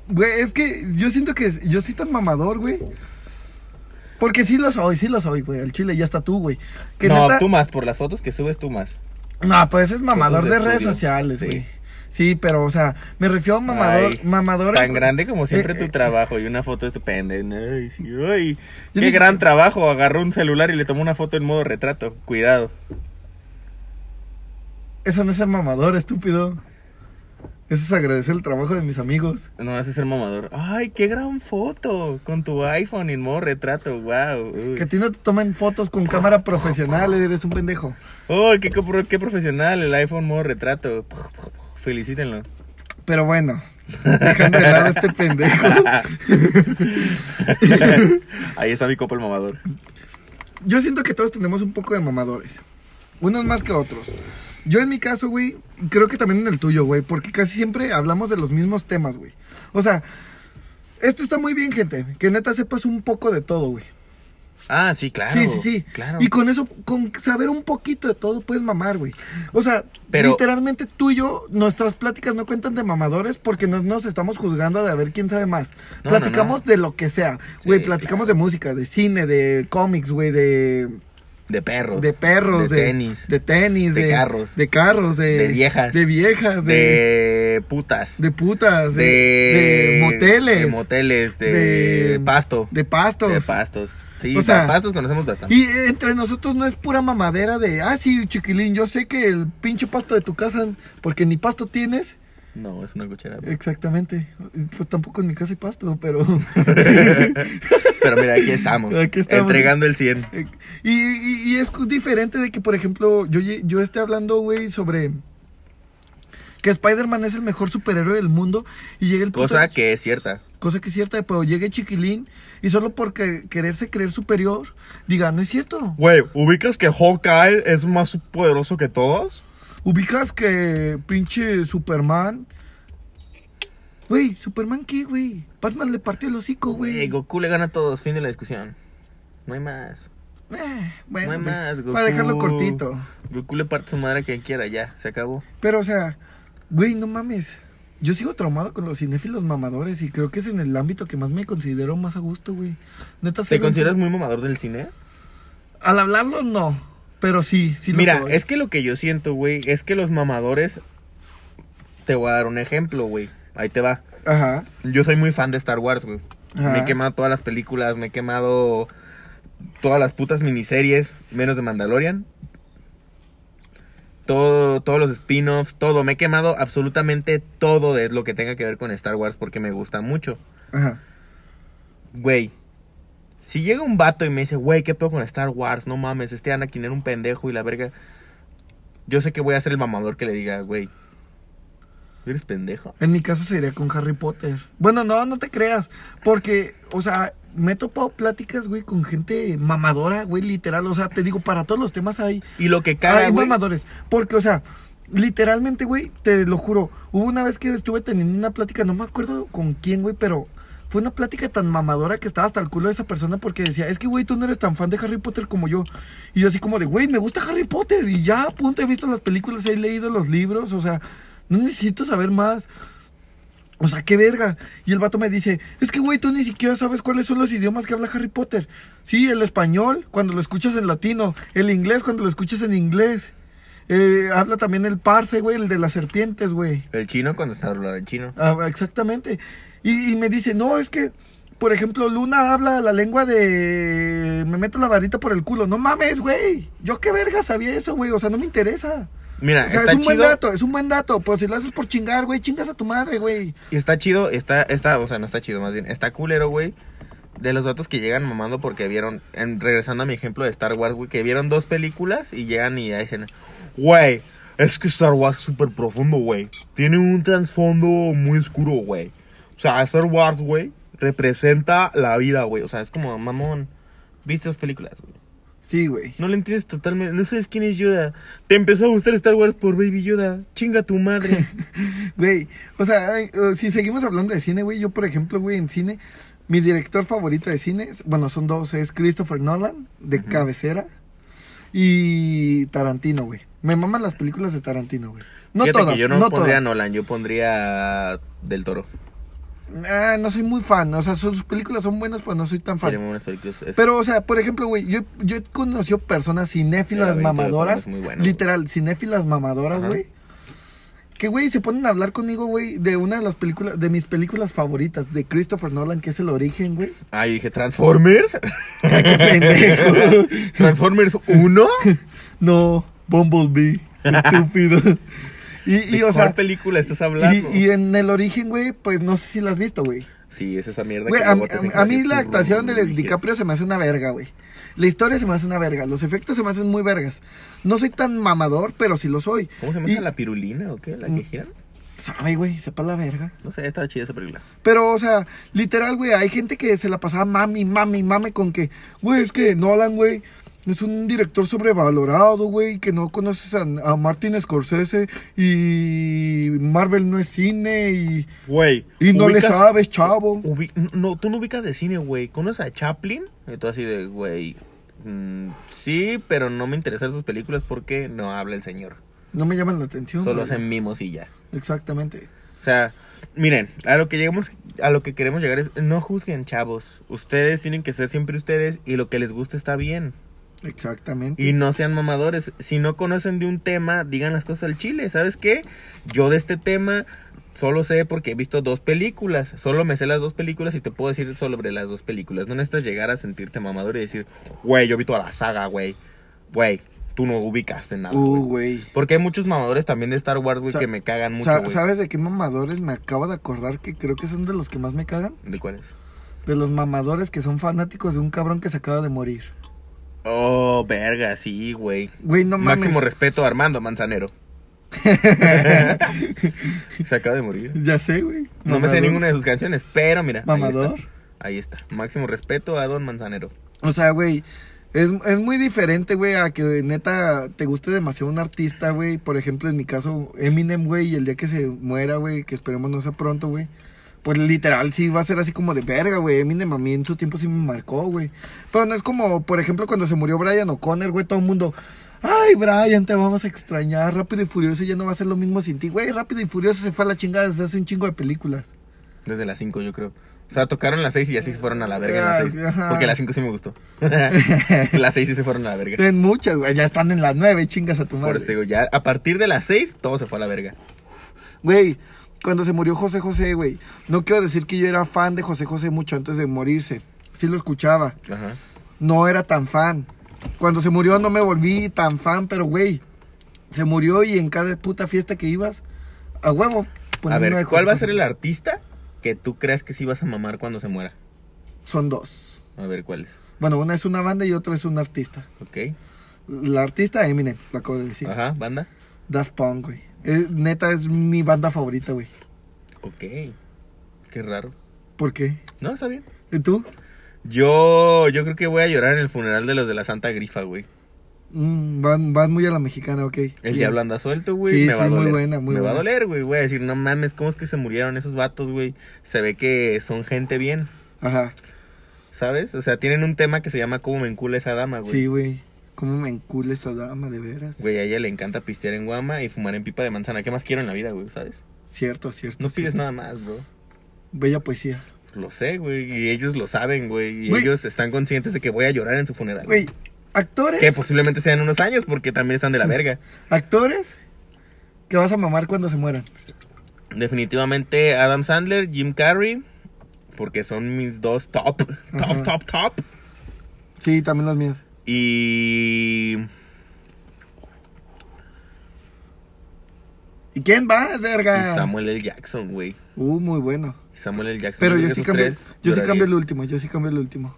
[SPEAKER 2] Güey, es que yo siento que yo soy tan mamador, güey. Porque sí lo soy, sí lo soy, güey. Al chile ya está tú, güey. Que
[SPEAKER 1] no,
[SPEAKER 2] neta-
[SPEAKER 1] tú más. Por las fotos que subes, tú más.
[SPEAKER 2] No, pues es mamador
[SPEAKER 1] Fotos
[SPEAKER 2] de,
[SPEAKER 1] de
[SPEAKER 2] redes
[SPEAKER 1] estudio.
[SPEAKER 2] sociales,
[SPEAKER 1] Sí.
[SPEAKER 2] güey. Sí. pero, o sea, me refiero a mamador,
[SPEAKER 1] Ay,
[SPEAKER 2] mamador.
[SPEAKER 1] Tan grande como siempre
[SPEAKER 2] Eh,
[SPEAKER 1] tu
[SPEAKER 2] eh,
[SPEAKER 1] trabajo y una foto estupenda. Ay, sí, ay. Qué
[SPEAKER 2] Yo ni
[SPEAKER 1] gran
[SPEAKER 2] siquiera-
[SPEAKER 1] trabajo. Agarró un celular y le tomó una foto en modo retrato. Cuidado.
[SPEAKER 2] Eso no es ser mamador, estúpido. Eso es agradecer el trabajo de mis amigos.
[SPEAKER 1] No haces ser mamador. Ay, qué gran foto. Con tu iPhone en modo retrato. Wow.
[SPEAKER 2] Que a ti no te tomen fotos con cámara profesional, eres un pendejo.
[SPEAKER 1] Oh, qué, copro- qué profesional el iPhone modo retrato. Felicítenlo.
[SPEAKER 2] Pero bueno, dejando de lado este pendejo.
[SPEAKER 1] Ahí está mi copa el mamador.
[SPEAKER 2] Yo siento que todos tenemos un poco de mamadores. Unos más que otros. Yo en mi caso, güey, creo que también en el tuyo, güey, porque casi siempre hablamos de los mismos temas, güey. O sea, esto está muy bien, gente. Que neta sepas un poco de todo, güey.
[SPEAKER 1] Ah, sí, claro.
[SPEAKER 2] Sí, sí, sí.
[SPEAKER 1] Claro.
[SPEAKER 2] Y con eso, con saber un poquito de todo, puedes mamar, güey. O sea,
[SPEAKER 1] Pero-
[SPEAKER 2] literalmente tú y yo, nuestras pláticas no cuentan de mamadores porque no nos estamos juzgando de a ver quién sabe más.
[SPEAKER 1] No,
[SPEAKER 2] platicamos
[SPEAKER 1] no,
[SPEAKER 2] de lo que sea. Güey, platicamos
[SPEAKER 1] claro.
[SPEAKER 2] de música, de cine, de cómics, güey, de,
[SPEAKER 1] De perros.
[SPEAKER 2] de perros, de,
[SPEAKER 1] De tenis.
[SPEAKER 2] De tenis,
[SPEAKER 1] De carros.
[SPEAKER 2] De carros, de,
[SPEAKER 1] De viejas.
[SPEAKER 2] De viejas, de,
[SPEAKER 1] de putas.
[SPEAKER 2] de putas, de, de moteles,
[SPEAKER 1] De
[SPEAKER 2] de,
[SPEAKER 1] moteles, de,
[SPEAKER 2] de-
[SPEAKER 1] pasto.
[SPEAKER 2] pastos.
[SPEAKER 1] De pastos. Sí,
[SPEAKER 2] O sea,
[SPEAKER 1] pastos conocemos bastante.
[SPEAKER 2] Y entre nosotros no es pura mamadera de, ah, sí, chiquilín, yo sé que el pinche pasto de tu casa, porque ni pasto tienes.
[SPEAKER 1] No, es una cuchara.
[SPEAKER 2] Eh, Exactamente. Pues tampoco en mi casa hay pasto, pero...
[SPEAKER 1] Pero mira, aquí estamos.
[SPEAKER 2] Aquí estamos.
[SPEAKER 1] Entregando el 100.
[SPEAKER 2] Eh, y, y- y es cu- diferente de que, por ejemplo, yo, lle- yo esté hablando, güey, sobre que Spider-Man es el mejor superhéroe del mundo y llega el puto-
[SPEAKER 1] Cosa que es cierta.
[SPEAKER 2] Cosa que es cierta, pero llegue Chiquilín y solo por que- quererse creer superior, diga, no es cierto.
[SPEAKER 1] Güey, ¿ubicas que Hawkeye es más poderoso que todos?
[SPEAKER 2] Ubicas que pinche Superman. Güey, ¿Superman qué, güey? Batman le partió el hocico,
[SPEAKER 1] Güey,
[SPEAKER 2] güey.
[SPEAKER 1] Eh, Goku le gana a todos. Fin de la discusión. No hay más.
[SPEAKER 2] Eh, bueno,
[SPEAKER 1] No hay
[SPEAKER 2] pues,
[SPEAKER 1] más,
[SPEAKER 2] para
[SPEAKER 1] Goku.
[SPEAKER 2] dejarlo cortito.
[SPEAKER 1] Goku le parte su madre a quien quiera, ya. Se acabó.
[SPEAKER 2] Pero, o sea, güey, no mames. Yo sigo traumado con los cinéfilos mamadores y creo que es en el ámbito que más me considero más a gusto, güey. Neta,
[SPEAKER 1] ¿Te
[SPEAKER 2] ser un-
[SPEAKER 1] consideras muy mamador del cine?
[SPEAKER 2] Al hablarlo, no. Pero sí, sí lo
[SPEAKER 1] Mira,
[SPEAKER 2] soy.
[SPEAKER 1] es que lo que yo siento, güey, es que los mamadores. Te voy a dar un ejemplo, güey. Ahí te va.
[SPEAKER 2] Ajá.
[SPEAKER 1] Yo soy muy fan de Star Wars, güey.
[SPEAKER 2] Ajá.
[SPEAKER 1] Me he quemado todas las películas, me he quemado todas las putas miniseries, menos de Mandalorian. Todo, todos los spin-offs, todo. Me he quemado absolutamente todo de lo que tenga que ver con Star Wars porque me gusta mucho.
[SPEAKER 2] Ajá.
[SPEAKER 1] Güey, si llega un vato y me dice, güey, ¿qué pedo con Star Wars? No mames, este Anakin era un pendejo y la verga. Yo sé que voy a ser el mamador que le diga, güey, ¿eres pendejo?
[SPEAKER 2] En mi caso sería con Harry Potter. Bueno, no, no te creas. Porque, o sea, me he topado pláticas, güey, con gente mamadora, güey, literal. O sea, te digo, para todos los temas hay,
[SPEAKER 1] Y lo que caga,
[SPEAKER 2] hay
[SPEAKER 1] güey,
[SPEAKER 2] mamadores. Porque, o sea, literalmente, güey, te lo juro. Hubo una vez que estuve teniendo una plática, no me acuerdo con quién, güey, pero fue una plática tan mamadora que estaba hasta el culo de esa persona porque decía, es que, güey, tú no eres tan fan de Harry Potter como yo. Y yo así como de, güey, me gusta Harry Potter y ya, punto, he visto las películas, he leído los libros, o sea, no necesito saber más. O sea, qué verga. Y el vato me dice, es que, güey, tú ni siquiera sabes cuáles son los idiomas que habla Harry Potter. Sí, el español cuando lo escuchas en latino, el inglés cuando lo escuchas en inglés. Eh, habla también el parse, güey, el de las serpientes, güey.
[SPEAKER 1] el chino cuando está hablando en chino.
[SPEAKER 2] Ah, exactamente. Y, y me dice, no, es que Por ejemplo, Luna habla la lengua de. Me meto la varita por el culo. No mames, güey. Yo qué verga sabía eso, güey. O sea, no me interesa.
[SPEAKER 1] Mira,
[SPEAKER 2] O sea,
[SPEAKER 1] está
[SPEAKER 2] es un buen
[SPEAKER 1] chido.
[SPEAKER 2] dato, es un buen dato. Pues si lo haces por chingar, güey, chingas a tu madre, güey.
[SPEAKER 1] Y está chido, está, está, o sea, no está chido, más bien, está culero, güey. De los datos que llegan mamando porque vieron, en- regresando a mi ejemplo de Star Wars, güey, que vieron dos películas y llegan y dicen, güey, es que Star Wars es súper profundo, güey. Tiene un trasfondo muy oscuro, güey. O sea, Star Wars, güey, representa la vida, güey. O sea, es como, mamón, viste dos películas, güey.
[SPEAKER 2] Sí, güey.
[SPEAKER 1] No lo entiendes totalmente, no sabes quién es Yoda. Te empezó a gustar Star Wars por Baby Yoda. Chinga tu madre.
[SPEAKER 2] Güey, o sea, ay, o- si seguimos hablando de cine, güey, yo por ejemplo, güey, en cine, mi director favorito de cine, es- bueno, son dos, es Christopher Nolan, de
[SPEAKER 1] Ujú.
[SPEAKER 2] cabecera, y Tarantino, güey. Me maman las películas de Tarantino, güey. No
[SPEAKER 1] Fíjate que
[SPEAKER 2] todas,
[SPEAKER 1] yo no,
[SPEAKER 2] no
[SPEAKER 1] pondría
[SPEAKER 2] todas.
[SPEAKER 1] a Nolan, yo pondría Del Toro.
[SPEAKER 2] Ah, no soy muy fan, o sea, sus películas son buenas, pero no soy tan fan.
[SPEAKER 1] Tiene unas películas- pues, es-
[SPEAKER 2] Pero, o sea, por ejemplo, güey, yo, yo he conocido personas cinéfilas
[SPEAKER 1] El laberinto del
[SPEAKER 2] mamadoras.
[SPEAKER 1] fauno es muy bueno,
[SPEAKER 2] literal, cinéfilas mamadoras,
[SPEAKER 1] Ajá.
[SPEAKER 2] güey. Que, güey, se ponen a hablar conmigo, güey, de una de las películas, de mis películas favoritas, de Christopher Nolan, que es El Origen, güey.
[SPEAKER 1] Ay, Ah, dije Transformers.
[SPEAKER 2] ¡Qué pendejo!
[SPEAKER 1] Transformers 1.
[SPEAKER 2] No, Bumblebee, estúpido. y,
[SPEAKER 1] ¿De
[SPEAKER 2] y, o sea,
[SPEAKER 1] cuál película estás
[SPEAKER 2] y,
[SPEAKER 1] hablando?
[SPEAKER 2] y eh, en El Origen, güey, pues no sé si la has visto, güey.
[SPEAKER 1] Sí, es esa mierda
[SPEAKER 2] Güey,
[SPEAKER 1] que
[SPEAKER 2] a,
[SPEAKER 1] luego te hacen
[SPEAKER 2] a- a mí
[SPEAKER 1] gracias.
[SPEAKER 2] la actuación de
[SPEAKER 1] Dije,
[SPEAKER 2] DiCaprio se me hace una verga, güey. La historia se me hace una verga, los efectos se me hacen muy vergas. No soy tan mamador, pero sí lo soy.
[SPEAKER 1] ¿Cómo se llama
[SPEAKER 2] Y- Mm.
[SPEAKER 1] esa? la pirulina o qué? ¿La que giran?
[SPEAKER 2] Sabe, güey, sepa la verga.
[SPEAKER 1] No sé, estaba chida esa película.
[SPEAKER 2] Pero, o sea, literal, güey, hay gente que se la pasaba mami, mami, mami con que, güey, es que Nolan, güey, es un director sobrevalorado, güey, que no conoces a, a Martin Scorsese y Marvel no es cine y,
[SPEAKER 1] Güey.
[SPEAKER 2] y no le
[SPEAKER 1] ubicas-
[SPEAKER 2] sabes, chavo.
[SPEAKER 1] ubi- No, tú no ubicas de cine, güey. ¿Conoces a Chaplin? Y tú así de, güey. mm, sí, pero no me interesan sus películas porque no habla el señor.
[SPEAKER 2] No me llaman la atención.
[SPEAKER 1] Solo
[SPEAKER 2] güey.
[SPEAKER 1] hacen mimos y ya.
[SPEAKER 2] Exactamente.
[SPEAKER 1] O sea, miren, a lo que llegamos, a lo que queremos llegar es no juzguen, chavos. Ustedes tienen que ser siempre ustedes y lo que les guste está bien.
[SPEAKER 2] Exactamente.
[SPEAKER 1] Y no sean mamadores. Si no conocen de un tema, digan las cosas al chile. ¿Sabes qué? Yo de este tema solo sé porque he visto dos películas. Solo me sé las dos películas y te puedo decir sobre las dos películas. No necesitas llegar a sentirte mamador y decir, güey, yo vi toda la saga, güey. Güey, tú no ubicas en nada.
[SPEAKER 2] Uh,
[SPEAKER 1] güey".
[SPEAKER 2] güey.
[SPEAKER 1] Porque hay muchos mamadores también de Star Wars, güey,
[SPEAKER 2] Sa-
[SPEAKER 1] que me cagan
[SPEAKER 2] Sa-
[SPEAKER 1] mucho, güey.
[SPEAKER 2] ¿Sabes de qué mamadores me acabo de acordar que creo que son de los que más me cagan?
[SPEAKER 1] ¿De cuáles?
[SPEAKER 2] De los mamadores que son fanáticos de un cabrón que se acaba de morir.
[SPEAKER 1] Oh, verga, sí, güey.
[SPEAKER 2] Güey, no mames.
[SPEAKER 1] Máximo respeto a Armando Manzanero. Se acaba de morir.
[SPEAKER 2] ya sé, güey.
[SPEAKER 1] No me sé
[SPEAKER 2] Mamador.
[SPEAKER 1] ninguna de sus canciones, pero mira. ahí
[SPEAKER 2] Mamador.
[SPEAKER 1] está. Ahí está. Máximo respeto a Don Manzanero.
[SPEAKER 2] O sea, güey. Es, es muy diferente, güey, a que neta te guste demasiado un artista, güey. Por ejemplo, en mi caso, Eminem, güey, y el día que se muera, güey, que esperemos no sea pronto, güey. Pues literal, sí va a ser así como de verga, güey. Eminem a mí en su tiempo sí me marcó, güey. Pero no es como, por ejemplo, cuando se murió Brian O'Connor, güey, todo el mundo. Ay, Brian, te vamos a extrañar. Rápido y Furioso ya no va a ser lo mismo sin ti, güey. Rápido y Furioso se fue a la chingada desde hace un chingo de películas.
[SPEAKER 1] Desde las 5, yo creo. O sea, tocaron las 6 y así se fueron a la verga
[SPEAKER 2] Ay,
[SPEAKER 1] las 6.
[SPEAKER 2] ajá.
[SPEAKER 1] Porque las 5 sí me gustó. las 6 sí se fueron a la verga.
[SPEAKER 2] En muchas, güey. Ya están en las nueve, chingas a tu
[SPEAKER 1] Por
[SPEAKER 2] madre.
[SPEAKER 1] eso digo, ya a partir de las 6 todo se fue a la verga.
[SPEAKER 2] Güey, cuando se murió José José, güey. No quiero decir que yo era fan de José José mucho antes de morirse. Sí lo escuchaba.
[SPEAKER 1] Ajá.
[SPEAKER 2] No era tan fan. Cuando se murió no me volví tan fan, pero güey, se murió y en cada puta fiesta que ibas, a huevo.
[SPEAKER 1] a
[SPEAKER 2] ponían una Pues de
[SPEAKER 1] ver,
[SPEAKER 2] José
[SPEAKER 1] ¿cuál va a
[SPEAKER 2] José.
[SPEAKER 1] ser el artista que tú creas que sí vas a mamar cuando se muera?
[SPEAKER 2] Son dos.
[SPEAKER 1] A ver, ¿cuál es?
[SPEAKER 2] Bueno, una es una banda y otra es un artista.
[SPEAKER 1] ¿Ok?
[SPEAKER 2] La artista Eminem, lo acabo de decir.
[SPEAKER 1] Ajá, banda.
[SPEAKER 2] Daft Punk, güey. Eh, neta es mi banda favorita, güey.
[SPEAKER 1] Ok. Qué raro.
[SPEAKER 2] ¿Por qué?
[SPEAKER 1] No, está bien.
[SPEAKER 2] ¿Y tú?
[SPEAKER 1] Yo, yo creo que voy a llorar en el funeral de los de la Santa Grifa, güey.
[SPEAKER 2] Mm, van, van muy a la mexicana, ok.
[SPEAKER 1] El
[SPEAKER 2] Bien.
[SPEAKER 1] diablo anda suelto, güey.
[SPEAKER 2] Sí,
[SPEAKER 1] me va a
[SPEAKER 2] sí, muy
[SPEAKER 1] doler.
[SPEAKER 2] buena, muy
[SPEAKER 1] me va a
[SPEAKER 2] buena.
[SPEAKER 1] doler, güey. Voy a decir, no mames, ¿cómo es que se murieron esos vatos, güey? Se ve que son gente bien,
[SPEAKER 2] Ajá.
[SPEAKER 1] ¿sabes? O sea, tienen un tema que se llama ¿Cómo me encula esa dama, güey?
[SPEAKER 2] Sí, güey. ¿Cómo me encula esa dama, de veras?
[SPEAKER 1] Güey, a ella le encanta pistear en guama y fumar en pipa de manzana. ¿Qué más quiero en la vida, güey? ¿Sabes?
[SPEAKER 2] Cierto, cierto.
[SPEAKER 1] No pides
[SPEAKER 2] cierto.
[SPEAKER 1] nada más, bro.
[SPEAKER 2] Bella poesía.
[SPEAKER 1] Lo sé, güey. Y ellos lo saben, güey. Y
[SPEAKER 2] Güey.
[SPEAKER 1] ellos están conscientes de que voy a llorar en su funeral.
[SPEAKER 2] Güey, actores.
[SPEAKER 1] Que posiblemente sean unos años porque también están de la verga.
[SPEAKER 2] Actores que vas a mamar cuando se mueran.
[SPEAKER 1] Definitivamente Adam Sandler, Jim Carrey, Porque son mis dos top. Top,
[SPEAKER 2] Ajá.
[SPEAKER 1] top, top.
[SPEAKER 2] Sí, también las mías.
[SPEAKER 1] Y.
[SPEAKER 2] ¿Y quién vas, verga?
[SPEAKER 1] y Samuel L. Jackson, güey.
[SPEAKER 2] Uh, muy bueno.
[SPEAKER 1] Y Samuel L. Jackson.
[SPEAKER 2] Pero yo
[SPEAKER 1] creo que
[SPEAKER 2] sí
[SPEAKER 1] esos
[SPEAKER 2] cambio,
[SPEAKER 1] tres
[SPEAKER 2] yo sí
[SPEAKER 1] lloraría.
[SPEAKER 2] cambio el último, yo sí cambio el último.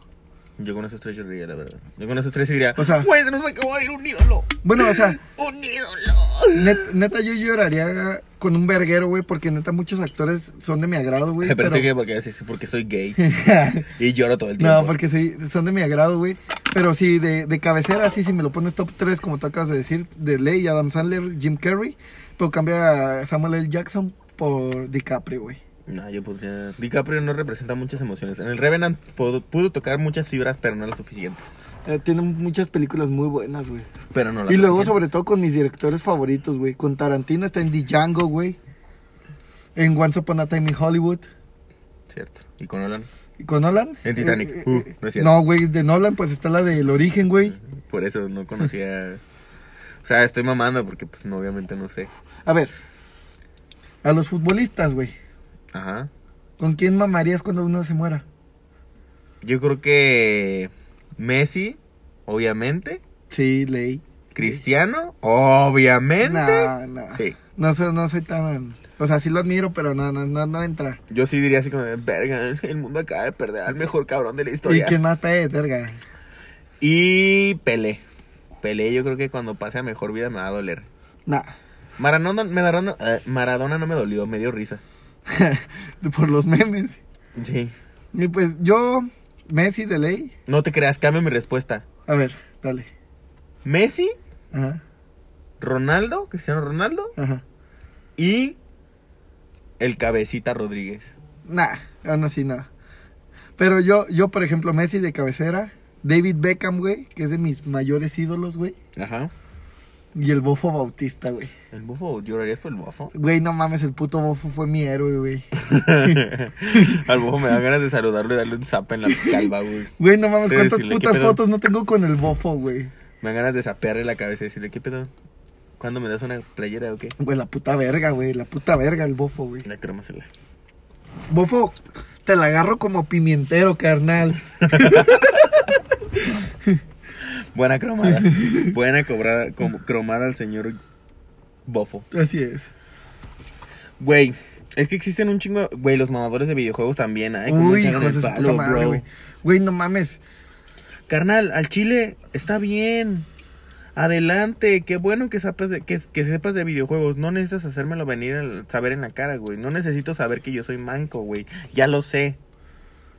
[SPEAKER 1] Yo con esos tres lloraría, la verdad. Yo con esos tres sí diría.
[SPEAKER 2] O sea-
[SPEAKER 1] Güey, se nos acabó de ir un ídolo.
[SPEAKER 2] Bueno, o sea,
[SPEAKER 1] Un ídolo.
[SPEAKER 2] net- neta yo lloraría con un verguero, güey, porque neta muchos actores son de mi agrado, güey.
[SPEAKER 1] Pensé
[SPEAKER 2] Pero...
[SPEAKER 1] que porque, sí, sí, porque soy gay. y lloro todo el tiempo.
[SPEAKER 2] no, porque sí, son de mi agrado, güey. Pero sí, de, de cabecera, sí, si me lo pones top 3, como tú acabas de decir, de Ley, Adam Sandler, Jim Carrey, pero cambia a Samuel L. Jackson por DiCaprio, güey.
[SPEAKER 1] No, yo podría. DiCaprio no representa muchas emociones. En el Revenant pudo, pudo tocar muchas fibras, pero no las suficientes.
[SPEAKER 2] Eh, tiene muchas películas muy buenas, güey.
[SPEAKER 1] Pero no las
[SPEAKER 2] Y luego, sobre
[SPEAKER 1] suficientes.
[SPEAKER 2] todo, con mis directores favoritos, güey. Con Tarantino está en Django, güey. En Once Upon a Time in Hollywood.
[SPEAKER 1] Cierto. Y con Nolan.
[SPEAKER 2] ¿Y ¿Con Nolan? Eh,
[SPEAKER 1] En Titanic. Uh, no es cierto.
[SPEAKER 2] No, güey, de Nolan, pues está la del origen, güey.
[SPEAKER 1] Por eso no conocía. o sea, estoy mamando porque, pues, no, obviamente no sé.
[SPEAKER 2] A ver. A los futbolistas, güey.
[SPEAKER 1] Ajá.
[SPEAKER 2] ¿Con quién mamarías cuando uno se muera?
[SPEAKER 1] Yo creo que. Messi, obviamente.
[SPEAKER 2] Sí, ley.
[SPEAKER 1] Cristiano, obviamente.
[SPEAKER 2] No, no.
[SPEAKER 1] Sí.
[SPEAKER 2] No, soy, no soy tan. O sea, sí lo admiro, pero no, no, no, no entra.
[SPEAKER 1] Yo sí diría así como, de, verga, el mundo acaba de perder al mejor cabrón de la
[SPEAKER 2] ¿Y
[SPEAKER 1] historia.
[SPEAKER 2] quién más pede, verga?
[SPEAKER 1] Y Pelé. Pelé, yo creo que cuando pase a mejor vida me va a doler.
[SPEAKER 2] Nah.
[SPEAKER 1] Maradona, Maradona, eh, Maradona no me dolió, me dio risa.
[SPEAKER 2] Por los memes.
[SPEAKER 1] Sí.
[SPEAKER 2] Y pues yo, Messi de ley.
[SPEAKER 1] No te creas, cambio mi respuesta.
[SPEAKER 2] A ver, dale.
[SPEAKER 1] Messi,
[SPEAKER 2] Ajá,
[SPEAKER 1] Ronaldo, Cristiano Ronaldo
[SPEAKER 2] ajá.
[SPEAKER 1] y el cabecita Rodríguez.
[SPEAKER 2] Nah, aún así no. Pero yo, yo, por ejemplo, Messi de cabecera. David Beckham, güey, que es de mis mayores ídolos, güey.
[SPEAKER 1] Ajá.
[SPEAKER 2] Y el bofo bautista, güey.
[SPEAKER 1] El bufo, ¿llorarías por el bufo?
[SPEAKER 2] Güey, no mames, el puto bofo fue mi héroe, güey.
[SPEAKER 1] Al bufo me da ganas de saludarlo y darle un zap en la calva, güey.
[SPEAKER 2] Güey, no mames,
[SPEAKER 1] Sí,
[SPEAKER 2] cuántas
[SPEAKER 1] decirle, ¿qué
[SPEAKER 2] putas
[SPEAKER 1] pedo?
[SPEAKER 2] fotos no tengo con el bofo, güey.
[SPEAKER 1] Me dan ganas de sapearle la cabeza y decirle, ¿qué pedo? ¿Cuándo me das una playera o qué?
[SPEAKER 2] Güey, la puta verga, güey. La puta verga, el bofo, güey.
[SPEAKER 1] La crómasela.
[SPEAKER 2] Bofo, te la agarro como pimientero, carnal.
[SPEAKER 1] Buena cromada. Buena cobrada, com- cromada al señor Bofo.
[SPEAKER 2] Así es.
[SPEAKER 1] Güey, es que existen un chingo. Güey, los mamadores de videojuegos también. Ay, cómo
[SPEAKER 2] Uy,
[SPEAKER 1] cagan
[SPEAKER 2] hijos
[SPEAKER 1] el
[SPEAKER 2] de su puta
[SPEAKER 1] palo,
[SPEAKER 2] madre,
[SPEAKER 1] bro.
[SPEAKER 2] güey. Güey, no mames.
[SPEAKER 1] Carnal, al chile está bien. Adelante, qué bueno que sepas de, que, que sepas de videojuegos. No necesitas hacérmelo venir a saber en la cara, güey. No necesito saber que yo soy manco, güey. Ya lo sé.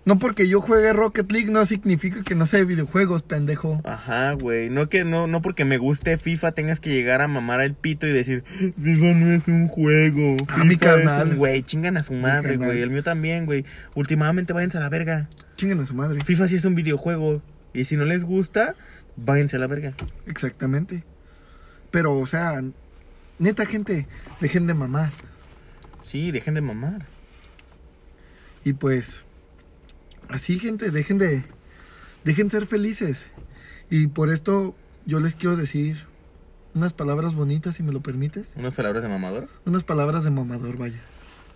[SPEAKER 2] No porque yo juegue Rocket League no significa que no sé de videojuegos, pendejo.
[SPEAKER 1] Ajá, güey. No que no, no porque me guste FIFA tengas que llegar a mamar el pito y decir, FIFA no es un juego.
[SPEAKER 2] Ah, mi
[SPEAKER 1] FIFA es
[SPEAKER 2] carnal.
[SPEAKER 1] un- Güey, chingan a su madre,
[SPEAKER 2] carnal.
[SPEAKER 1] güey. El mío también, güey. Últimamente váyanse a la verga.
[SPEAKER 2] Chinguen a su madre.
[SPEAKER 1] FIFA sí es un videojuego. Y si no les gusta, váyanse a la verga.
[SPEAKER 2] Exactamente. Pero, o sea, neta, gente, dejen de mamar.
[SPEAKER 1] Sí, dejen de mamar.
[SPEAKER 2] Y pues, así, gente, dejen de. Dejen ser felices. Y por esto yo les quiero decir unas palabras bonitas, si me lo permites.
[SPEAKER 1] Unas palabras de mamador.
[SPEAKER 2] Unas palabras de mamador, vaya.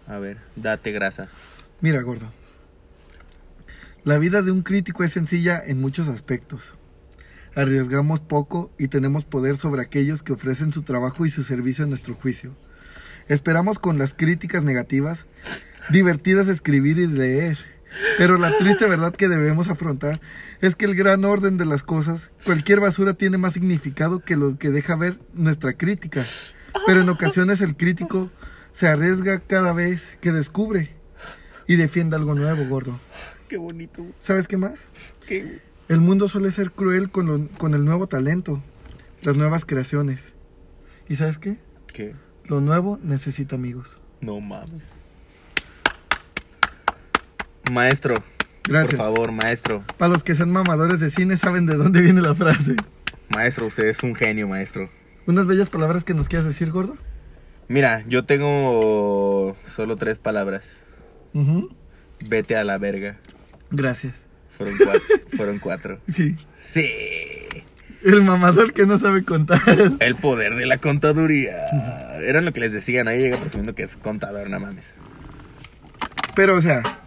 [SPEAKER 1] A ver, date grasa.
[SPEAKER 2] Mira, gordo. La vida de un crítico es sencilla en muchos aspectos. Arriesgamos poco y tenemos poder sobre aquellos que ofrecen su trabajo y su servicio en nuestro juicio. Esperamos con las críticas negativas, divertidas escribir y leer. Pero la triste verdad que debemos afrontar es que el gran orden de las cosas, cualquier basura tiene más significado que lo que deja ver nuestra crítica. Pero en ocasiones el crítico se arriesga cada vez que descubre y defiende algo nuevo, gordo.
[SPEAKER 1] Qué bonito. güey.
[SPEAKER 2] ¿Sabes qué más?
[SPEAKER 1] Qué...
[SPEAKER 2] El mundo suele ser cruel con, lo- con el nuevo talento, las nuevas creaciones. ¿Y sabes qué?
[SPEAKER 1] ¿Qué?
[SPEAKER 2] Lo nuevo necesita amigos.
[SPEAKER 1] No mames. Maestro,
[SPEAKER 2] Gracias.
[SPEAKER 1] por favor, maestro.
[SPEAKER 2] Para los que sean mamadores de cine saben de dónde viene la frase.
[SPEAKER 1] Maestro, usted es un genio, maestro.
[SPEAKER 2] Unas bellas palabras que nos quieras decir, gordo.
[SPEAKER 1] Mira, yo tengo solo tres palabras.
[SPEAKER 2] Ujú.
[SPEAKER 1] Vete a la verga.
[SPEAKER 2] Gracias.
[SPEAKER 1] Fueron cuatro. fueron cuatro.
[SPEAKER 2] Sí.
[SPEAKER 1] Sí.
[SPEAKER 2] El mamador que no sabe contar.
[SPEAKER 1] El poder de la contaduría. Era lo que les decían. Ahí llega presumiendo que es contador, no mames.
[SPEAKER 2] Pero, o sea,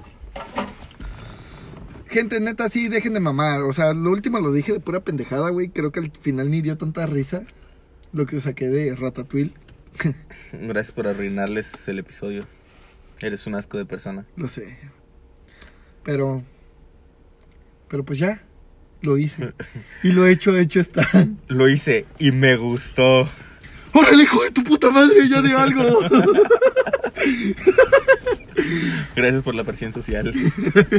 [SPEAKER 2] gente, neta, sí, dejen de mamar. O sea, lo último lo dije de pura pendejada, güey. Creo que al final ni dio tanta risa lo que saqué de Ratatouille.
[SPEAKER 1] Gracias por arruinarles el episodio. Eres un asco de persona.
[SPEAKER 2] Lo sé. Pero. Pero pues ya. Lo hice. Y lo hecho, hecho está.
[SPEAKER 1] Lo hice y me gustó.
[SPEAKER 2] ¡Órale, hijo de tu puta madre! ¡Ya de algo!
[SPEAKER 1] Gracias por la presión social.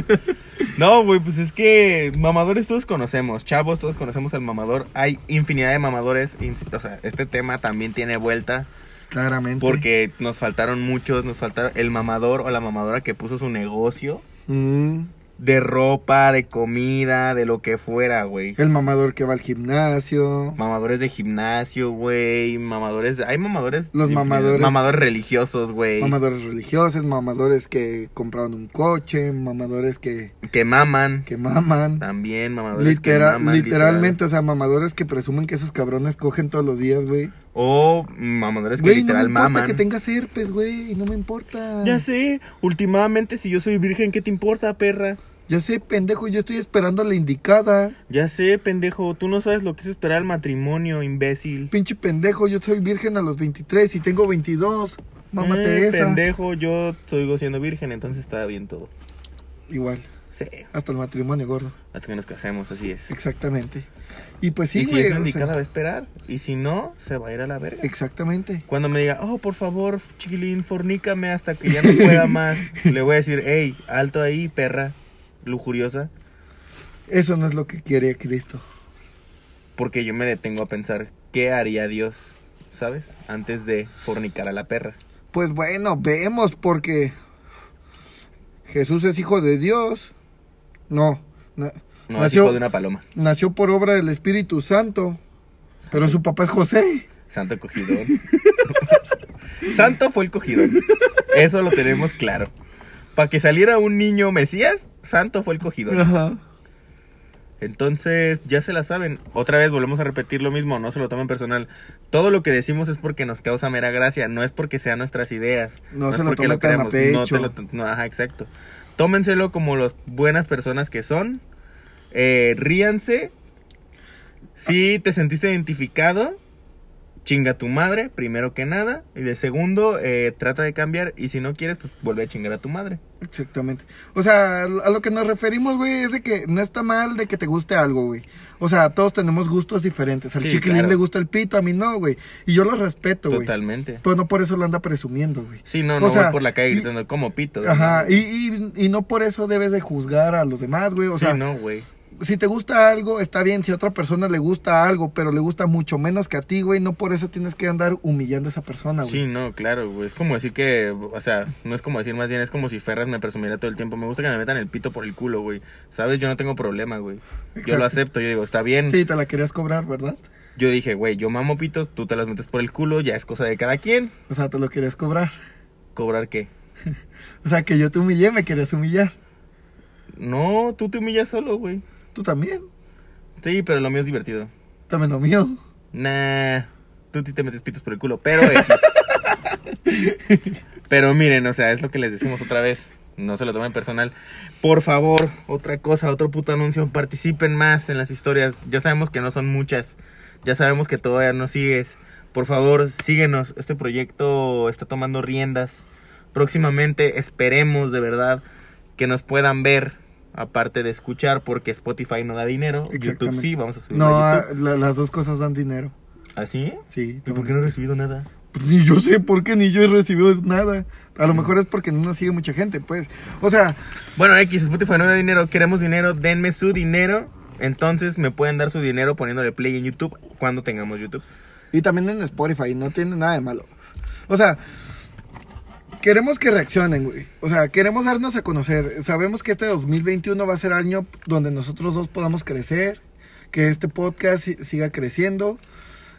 [SPEAKER 1] No, güey, pues es que mamadores todos conocemos, chavos, todos conocemos al mamador. Hay infinidad de mamadores. in- O sea, este tema también tiene vuelta
[SPEAKER 2] Claramente.
[SPEAKER 1] porque nos faltaron muchos, nos faltaron el mamador o la mamadora que puso su negocio
[SPEAKER 2] Mm,
[SPEAKER 1] de ropa, de comida, de lo que fuera, güey.
[SPEAKER 2] el mamador que va al gimnasio.
[SPEAKER 1] Mamadores de gimnasio, güey. Mamadores. de- Hay mamadores.
[SPEAKER 2] Los
[SPEAKER 1] de infinidad-
[SPEAKER 2] mamadores.
[SPEAKER 1] Mamadores religiosos, güey.
[SPEAKER 2] Mamadores religiosos, mamadores que compraron un coche, mamadores que,
[SPEAKER 1] Que maman.
[SPEAKER 2] que maman.
[SPEAKER 1] También mamadores
[SPEAKER 2] Litera-
[SPEAKER 1] que maman.
[SPEAKER 2] literalmente, o sea, mamadores que presumen que esos cabrones cogen todos los días, güey.
[SPEAKER 1] literal. O mamadores que
[SPEAKER 2] Güey, no me
[SPEAKER 1] literal
[SPEAKER 2] importa
[SPEAKER 1] maman.
[SPEAKER 2] que tengas herpes, güey, no me importa.
[SPEAKER 1] Ya sé, últimamente si yo soy virgen, ¿qué te importa, perra?
[SPEAKER 2] Ya sé, pendejo, yo estoy esperando la indicada.
[SPEAKER 1] Ya sé, pendejo, tú no sabes lo que es esperar el matrimonio, imbécil.
[SPEAKER 2] Pinche pendejo, yo soy virgen a los 23 y tengo 22. Mámate
[SPEAKER 1] Eh,
[SPEAKER 2] esa.
[SPEAKER 1] Pendejo, yo sigo siendo virgen, entonces está bien todo.
[SPEAKER 2] Igual,
[SPEAKER 1] Sí,
[SPEAKER 2] hasta el matrimonio, gordo.
[SPEAKER 1] hasta que nos casemos, así es.
[SPEAKER 2] Exactamente. Y pues
[SPEAKER 1] y
[SPEAKER 2] sí,
[SPEAKER 1] si
[SPEAKER 2] güey.
[SPEAKER 1] es la
[SPEAKER 2] o sea,
[SPEAKER 1] indicada va a esperar, y si no, se va a ir a la verga.
[SPEAKER 2] exactamente.
[SPEAKER 1] Cuando me diga, oh, por favor, chiquilín, fornícame hasta que ya no pueda más, le voy a decir, hey, alto ahí, perra, lujuriosa,
[SPEAKER 2] Eso no es lo que quiere Cristo.
[SPEAKER 1] porque yo me detengo a pensar, ¿qué haría Dios, sabes? Antes de fornicar a la perra.
[SPEAKER 2] Pues bueno, vemos porque Jesús es hijo de Dios. No, na-
[SPEAKER 1] No,
[SPEAKER 2] Nació-
[SPEAKER 1] es hijo de una paloma.
[SPEAKER 2] nació por obra del Espíritu Santo, pero su papá es José.
[SPEAKER 1] Santo cogidón. Santo fue el cogidón. Eso lo tenemos claro. Para que saliera un niño Mesías, Santo fue el cogidón.
[SPEAKER 2] Ajá.
[SPEAKER 1] Entonces, ya se la saben. Otra vez volvemos a repetir lo mismo, no se lo tomen personal. Todo lo que decimos es porque nos causa mera gracia, no es porque sean nuestras ideas.
[SPEAKER 2] No
[SPEAKER 1] es
[SPEAKER 2] se lo
[SPEAKER 1] porque
[SPEAKER 2] tomen tan a
[SPEAKER 1] queramos, no
[SPEAKER 2] pecho.
[SPEAKER 1] te lo to- no, ajá, exacto. Tómenselo como las buenas personas que son. Eh, ríanse. Si te sentiste identificado, chinga tu madre, primero que nada. Y de segundo, eh, trata de cambiar. Y si no quieres, pues vuelve a chingar a tu madre.
[SPEAKER 2] Exactamente. O sea, a lo que nos referimos, güey, es de que no está mal de que te guste algo, güey. O sea, todos tenemos gustos diferentes. Al
[SPEAKER 1] Sí,
[SPEAKER 2] chiquilín
[SPEAKER 1] claro.
[SPEAKER 2] le gusta el pito, a mí no, güey. Y yo los respeto, güey.
[SPEAKER 1] Totalmente.
[SPEAKER 2] Pero no por eso lo anda presumiendo, güey.
[SPEAKER 1] Sí, no,
[SPEAKER 2] O
[SPEAKER 1] no
[SPEAKER 2] sea,
[SPEAKER 1] voy por la calle
[SPEAKER 2] y-
[SPEAKER 1] gritando como pito. ¿no?
[SPEAKER 2] Ajá, y, y- y no por eso debes de juzgar a los demás, güey. O
[SPEAKER 1] sí,
[SPEAKER 2] sea,
[SPEAKER 1] no, güey.
[SPEAKER 2] si te gusta algo, está bien. Si a otra persona le gusta algo, pero le gusta mucho menos que a ti, güey, no por eso tienes que andar humillando a esa persona, Ah, güey.
[SPEAKER 1] Sí, no, claro, güey. Es como decir que, o sea, no es como decir más bien, es como si Ferras me presumiera todo el tiempo. Me gusta que me metan el pito por el culo, güey. Sabes, yo no tengo problema, güey. Yo
[SPEAKER 2] Exacto.
[SPEAKER 1] lo acepto, yo digo, está bien.
[SPEAKER 2] Sí, te la querías cobrar, ¿verdad?
[SPEAKER 1] Yo dije, güey, yo mamo pitos, tú te las metes por el culo, ya es cosa de cada quien.
[SPEAKER 2] O sea, te lo querías cobrar.
[SPEAKER 1] ¿Cobrar qué?
[SPEAKER 2] O sea, que yo te humillé, me querías humillar.
[SPEAKER 1] No, tú te humillas solo, güey.
[SPEAKER 2] Tú también.
[SPEAKER 1] Sí, pero lo mío es divertido.
[SPEAKER 2] También lo mío.
[SPEAKER 1] Nah, tú sí te metes pitos por el culo, pero X. pero miren, o sea, es lo que les decimos otra vez. No se lo tomen personal. Por favor, otra cosa, otro puto anuncio. Participen más en las historias. Ya sabemos que no son muchas. Ya sabemos que todavía no sigues. Por favor, síguenos. Este proyecto está tomando riendas. Próximamente esperemos de verdad que nos puedan ver. Aparte de escuchar, porque Spotify no da dinero. YouTube
[SPEAKER 2] Exactamente.
[SPEAKER 1] sí, vamos a subir.
[SPEAKER 2] No, ah,
[SPEAKER 1] a
[SPEAKER 2] a-
[SPEAKER 1] YouTube.
[SPEAKER 2] la- las dos cosas dan dinero.
[SPEAKER 1] ¿Así?
[SPEAKER 2] Sí.
[SPEAKER 1] ¿Y por
[SPEAKER 2] también
[SPEAKER 1] qué no he
[SPEAKER 2] es-
[SPEAKER 1] recibido nada?
[SPEAKER 2] Pues Ni yo sé por qué, ni yo he recibido nada. A lo mejor es porque no nos sigue mucha gente, pues. O sea,
[SPEAKER 1] Bueno, X, Spotify no da dinero, queremos dinero, denme su dinero. Entonces me pueden dar su dinero poniéndole play en YouTube cuando tengamos YouTube.
[SPEAKER 2] Y también en Spotify, no tiene nada de malo. O sea, queremos que reaccionen, güey. O sea, queremos darnos a conocer. Sabemos que este 2021 va a ser año donde nosotros dos podamos crecer, que este podcast si- siga creciendo.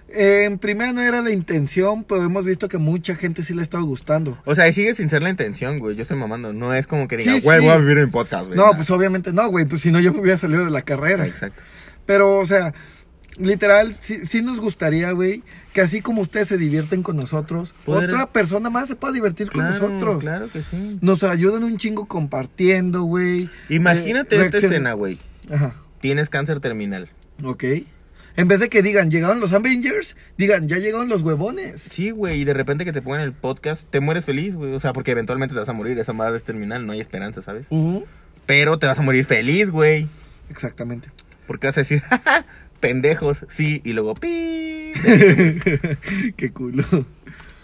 [SPEAKER 2] En primera no era la intención, pero hemos visto que mucha gente sí le ha estado gustando.
[SPEAKER 1] O sea, y sigue sin ser la intención, güey. Yo estoy mamando. No es como que diga,
[SPEAKER 2] Sí,
[SPEAKER 1] güey,
[SPEAKER 2] sí.
[SPEAKER 1] voy a vivir en podcast, güey.
[SPEAKER 2] No,
[SPEAKER 1] Nah.
[SPEAKER 2] pues obviamente no, güey, pues si no yo me hubiera salido de la
[SPEAKER 1] Ah,
[SPEAKER 2] carrera.
[SPEAKER 1] Exacto.
[SPEAKER 2] Pero, o sea, Literal, sí, sí nos gustaría, güey, que así como ustedes se divierten con nosotros,
[SPEAKER 1] Poder-
[SPEAKER 2] otra persona más se pueda divertir
[SPEAKER 1] Claro,
[SPEAKER 2] con nosotros. Eh,
[SPEAKER 1] claro que sí.
[SPEAKER 2] Nos ayudan un chingo compartiendo, güey.
[SPEAKER 1] Imagínate
[SPEAKER 2] Eh,
[SPEAKER 1] esta
[SPEAKER 2] reaccion-
[SPEAKER 1] escena, güey.
[SPEAKER 2] Ajá,
[SPEAKER 1] Tienes cáncer terminal.
[SPEAKER 2] ok. En vez de que digan, llegaron los Avengers, digan, ya llegaron los huevones.
[SPEAKER 1] Sí, güey, y de repente que te pongan el podcast, te mueres feliz, güey. O sea, porque eventualmente te vas a morir, esa madre es terminal, no hay esperanza, ¿sabes?
[SPEAKER 2] Ujú,
[SPEAKER 1] Pero te vas a morir feliz, güey.
[SPEAKER 2] Exactamente.
[SPEAKER 1] Porque vas a decir, "Ja, ja, pendejos, sí, y luego, pi.
[SPEAKER 2] Qué culo.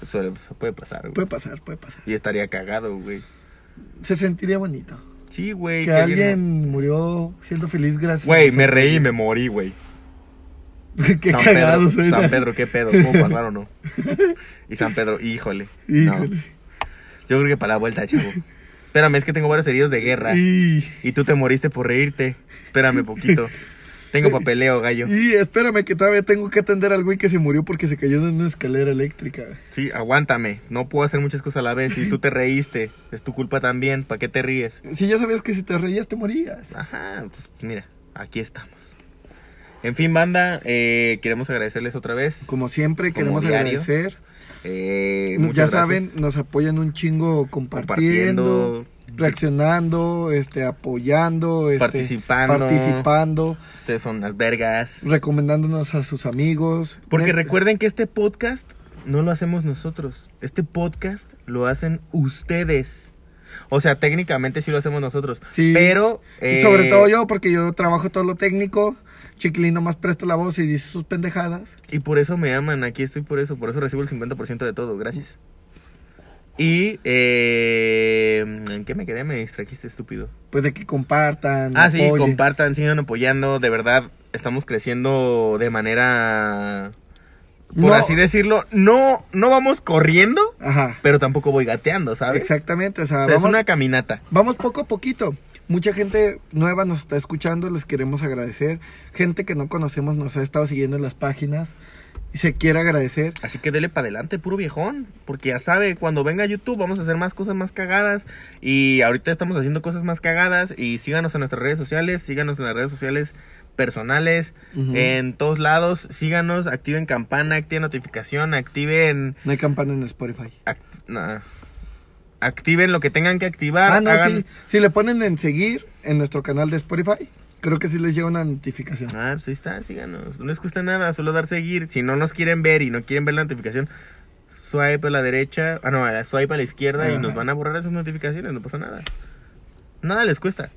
[SPEAKER 1] Eso eso puede pasar, güey.
[SPEAKER 2] Puede pasar, puede pasar.
[SPEAKER 1] Y estaría cagado, güey.
[SPEAKER 2] Se sentiría bonito.
[SPEAKER 1] Sí, güey.
[SPEAKER 2] Que alguien murió siendo feliz gracias. a
[SPEAKER 1] Güey, me
[SPEAKER 2] nosotros.
[SPEAKER 1] reí y me morí, güey.
[SPEAKER 2] Qué
[SPEAKER 1] San
[SPEAKER 2] cagado
[SPEAKER 1] Pedro,
[SPEAKER 2] soy.
[SPEAKER 1] San Pedro, qué pedo, ¿cómo pasaron o no? Y San Pedro, híjole. no.
[SPEAKER 2] Híjole.
[SPEAKER 1] Yo creo que para la vuelta, chavo. Espérame, es que tengo varios heridos de guerra. Y...
[SPEAKER 2] Y,
[SPEAKER 1] tú te moriste por reírte. Espérame poquito. Tengo papeleo, gallo.
[SPEAKER 2] y espérame que todavía tengo que atender al güey que se murió porque se cayó de una escalera eléctrica.
[SPEAKER 1] Sí, aguántame. No puedo hacer muchas cosas a la vez. Y tú te reíste. Es tu culpa también. ¿Para qué te ríes?
[SPEAKER 2] Si ya sabías que si te reías te morías.
[SPEAKER 1] Ajá, pues mira, aquí estamos. En fin, banda, eh, queremos agradecerles otra vez.
[SPEAKER 2] Como siempre,
[SPEAKER 1] Como
[SPEAKER 2] queremos
[SPEAKER 1] diario.
[SPEAKER 2] agradecer.
[SPEAKER 1] Eh,
[SPEAKER 2] No- ya
[SPEAKER 1] muchas gracias.
[SPEAKER 2] saben, nos apoyan un chingo compartiendo,
[SPEAKER 1] Compartiendo.
[SPEAKER 2] reaccionando, este, apoyando, este,
[SPEAKER 1] Participando.
[SPEAKER 2] participando,
[SPEAKER 1] Ustedes son las vergas.
[SPEAKER 2] recomendándonos a sus amigos.
[SPEAKER 1] Porque
[SPEAKER 2] Net-
[SPEAKER 1] recuerden que este podcast no lo hacemos nosotros. Este podcast lo hacen ustedes. O sea, técnicamente sí lo hacemos nosotros.
[SPEAKER 2] Sí.
[SPEAKER 1] Pero.
[SPEAKER 2] Y
[SPEAKER 1] eh,
[SPEAKER 2] sobre todo yo, porque yo trabajo todo lo técnico. Chiquilín nomás presta la voz y dice sus pendejadas.
[SPEAKER 1] Y por eso me aman. Aquí estoy por eso. Por eso recibo el 50% de todo. Gracias. Y. eh, ¿En qué me quedé? Me distrajiste, estúpido.
[SPEAKER 2] Pues de que compartan.
[SPEAKER 1] Ah, sí,
[SPEAKER 2] apoyen.
[SPEAKER 1] compartan, sigan apoyando. De verdad, estamos creciendo de manera. Por
[SPEAKER 2] No.
[SPEAKER 1] así decirlo, no, no vamos corriendo,
[SPEAKER 2] Ajá.
[SPEAKER 1] pero tampoco voy gateando, ¿sabes?
[SPEAKER 2] Exactamente. O
[SPEAKER 1] O
[SPEAKER 2] sea,
[SPEAKER 1] sea, es
[SPEAKER 2] vamos,
[SPEAKER 1] una caminata.
[SPEAKER 2] vamos poco a poquito. Mucha gente nueva nos está escuchando, les queremos agradecer. Gente que no conocemos nos ha estado siguiendo en las páginas y se quiere agradecer.
[SPEAKER 1] Así que dele para adelante, puro viejón. Porque ya sabe, cuando venga YouTube vamos a hacer más cosas más cagadas. Y ahorita estamos haciendo cosas más cagadas. Y síganos en nuestras redes sociales, síganos en las redes sociales personales,
[SPEAKER 2] Ujú.
[SPEAKER 1] en todos lados. Síganos, activen campana, activen notificación, activen...
[SPEAKER 2] No hay campana en Spotify.
[SPEAKER 1] act- nah. activen lo que tengan que activar.
[SPEAKER 2] Ah, no,
[SPEAKER 1] hagan-
[SPEAKER 2] sí. Si le ponen en seguir en nuestro canal de Spotify, creo que sí les llega una notificación.
[SPEAKER 1] Ah, pues ahí está, síganos. No les cuesta nada, solo dar seguir. Si no nos quieren ver y no quieren ver la notificación, swipe a la derecha, ah, no, a la- swipe a la izquierda y
[SPEAKER 2] Ajá.
[SPEAKER 1] nos van a borrar esas notificaciones, no pasa nada. Nada les cuesta.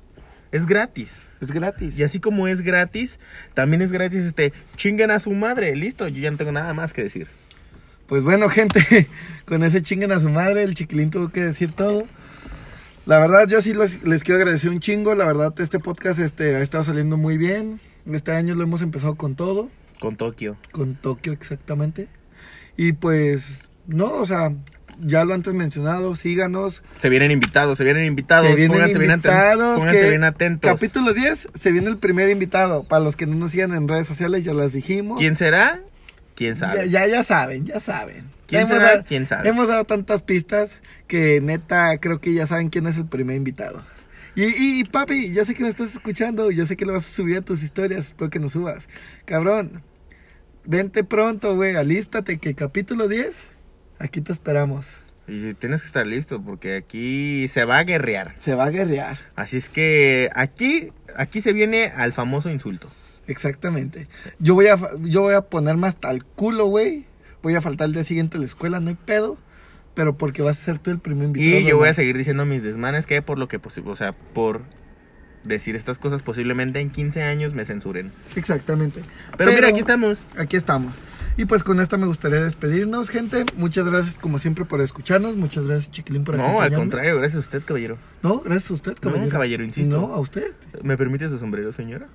[SPEAKER 1] Es gratis.
[SPEAKER 2] Es gratis.
[SPEAKER 1] Y así como es gratis, también es gratis este chingan a su madre, listo, yo ya no tengo nada más que decir.
[SPEAKER 2] Pues bueno, gente, con ese chinguen a su madre, el chiquilín tuvo que decir todo. La verdad, yo sí los- les quiero agradecer un chingo. La verdad, este podcast este, ha estado saliendo muy bien. Este año lo hemos empezado con todo,
[SPEAKER 1] Con Tokio.
[SPEAKER 2] con Tokio exactamente. Y pues, no, o sea, ya lo antes mencionado, síganos.
[SPEAKER 1] Se vienen invitados, se vienen invitados.
[SPEAKER 2] Se vienen
[SPEAKER 1] pónganse bien aten-
[SPEAKER 2] invitados.
[SPEAKER 1] pónganse
[SPEAKER 2] que
[SPEAKER 1] bien atentos.
[SPEAKER 2] Capítulo 10, se viene el primer invitado. Para los que no nos sigan en redes sociales, ya las dijimos.
[SPEAKER 1] ¿Quién será? ¿Quién sabe?
[SPEAKER 2] Ya, ya, ya saben, ya saben.
[SPEAKER 1] ¿Quién
[SPEAKER 2] Hemos
[SPEAKER 1] será?
[SPEAKER 2] dado-
[SPEAKER 1] ¿Quién sabe?
[SPEAKER 2] Hemos dado tantas pistas que neta creo que ya saben quién es el primer invitado. Y, y, y, papi, yo sé que me estás escuchando, yo sé que lo vas a subir a tus historias, espero que nos subas. Cabrón, vente pronto, güey, alístate que capítulo 10, aquí te esperamos.
[SPEAKER 1] Y tienes que estar listo porque aquí se va a guerrear.
[SPEAKER 2] Se va a guerrear,
[SPEAKER 1] Así es que aquí, aquí se viene al famoso insulto.
[SPEAKER 2] exactamente. Yo voy a, fa- yo voy a ponerme hasta el culo, güey. Voy a faltar el día siguiente a la escuela, no hay pedo. Pero porque vas a ser tú el primer invitado.
[SPEAKER 1] Y yo voy
[SPEAKER 2] ¿no?
[SPEAKER 1] a seguir diciendo mis desmanes que por lo que posi- o sea, por decir estas cosas posiblemente en 15 años me censuren.
[SPEAKER 2] Exactamente.
[SPEAKER 1] Pero, mira, aquí estamos.
[SPEAKER 2] Aquí estamos. Y pues con esta me gustaría despedirnos, gente. Muchas gracias, como siempre, por escucharnos. Muchas gracias, Chiquilín, por
[SPEAKER 1] No, al
[SPEAKER 2] acompañarme.
[SPEAKER 1] contrario, gracias a usted, caballero.
[SPEAKER 2] No, gracias a usted, caballero.
[SPEAKER 1] caballero, insisto.
[SPEAKER 2] No, a usted.
[SPEAKER 1] ¿Me permite su sombrero, señora?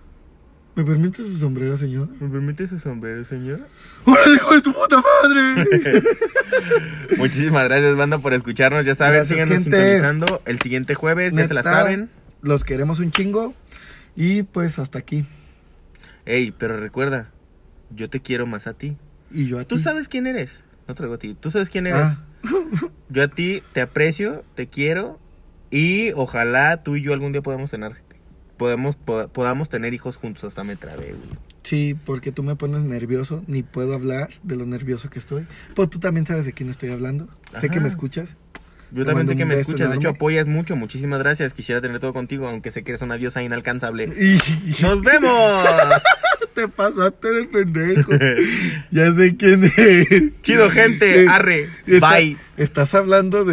[SPEAKER 2] ¿Me permite su sombrero, señor?
[SPEAKER 1] ¿Me permite su sombrero, señora?
[SPEAKER 2] ¡Hola, hijo de tu puta madre!
[SPEAKER 1] Muchísimas gracias, banda, por escucharnos. Ya saben,
[SPEAKER 2] Gracias,
[SPEAKER 1] síganos
[SPEAKER 2] gente.
[SPEAKER 1] sintonizando el siguiente jueves, ya se la
[SPEAKER 2] Neta,
[SPEAKER 1] saben.
[SPEAKER 2] Los queremos un chingo. Y pues hasta aquí.
[SPEAKER 1] Ey, pero recuerda, yo te quiero más a ti.
[SPEAKER 2] Y yo a
[SPEAKER 1] Tú
[SPEAKER 2] ti.
[SPEAKER 1] sabes quién eres. No te lo digo a ti. Tú sabes quién eres.
[SPEAKER 2] Ah,
[SPEAKER 1] Yo a ti te aprecio, te quiero y ojalá tú y yo algún día podamos tener podemos poda- podamos tener hijos juntos hasta me trabé, güey.
[SPEAKER 2] Sí, porque tú me pones nervioso, ni puedo hablar de lo nervioso que estoy. Pues tú también sabes de quién estoy hablando. Sé que
[SPEAKER 1] Ajá.
[SPEAKER 2] me escuchas.
[SPEAKER 1] Yo
[SPEAKER 2] Te
[SPEAKER 1] también
[SPEAKER 2] mando
[SPEAKER 1] sé que
[SPEAKER 2] un
[SPEAKER 1] me
[SPEAKER 2] beso
[SPEAKER 1] escuchas, de hecho
[SPEAKER 2] enorme.
[SPEAKER 1] apoyas mucho, muchísimas gracias. Quisiera tener todo contigo, aunque sé que es una diosa inalcanzable.
[SPEAKER 2] Y
[SPEAKER 1] ¡Nos vemos!
[SPEAKER 2] te pasaste de pendejo. ya sé quién es.
[SPEAKER 1] Chido, gente.
[SPEAKER 2] Eh,
[SPEAKER 1] Arre.
[SPEAKER 2] Está-
[SPEAKER 1] Bye.
[SPEAKER 2] Estás hablando de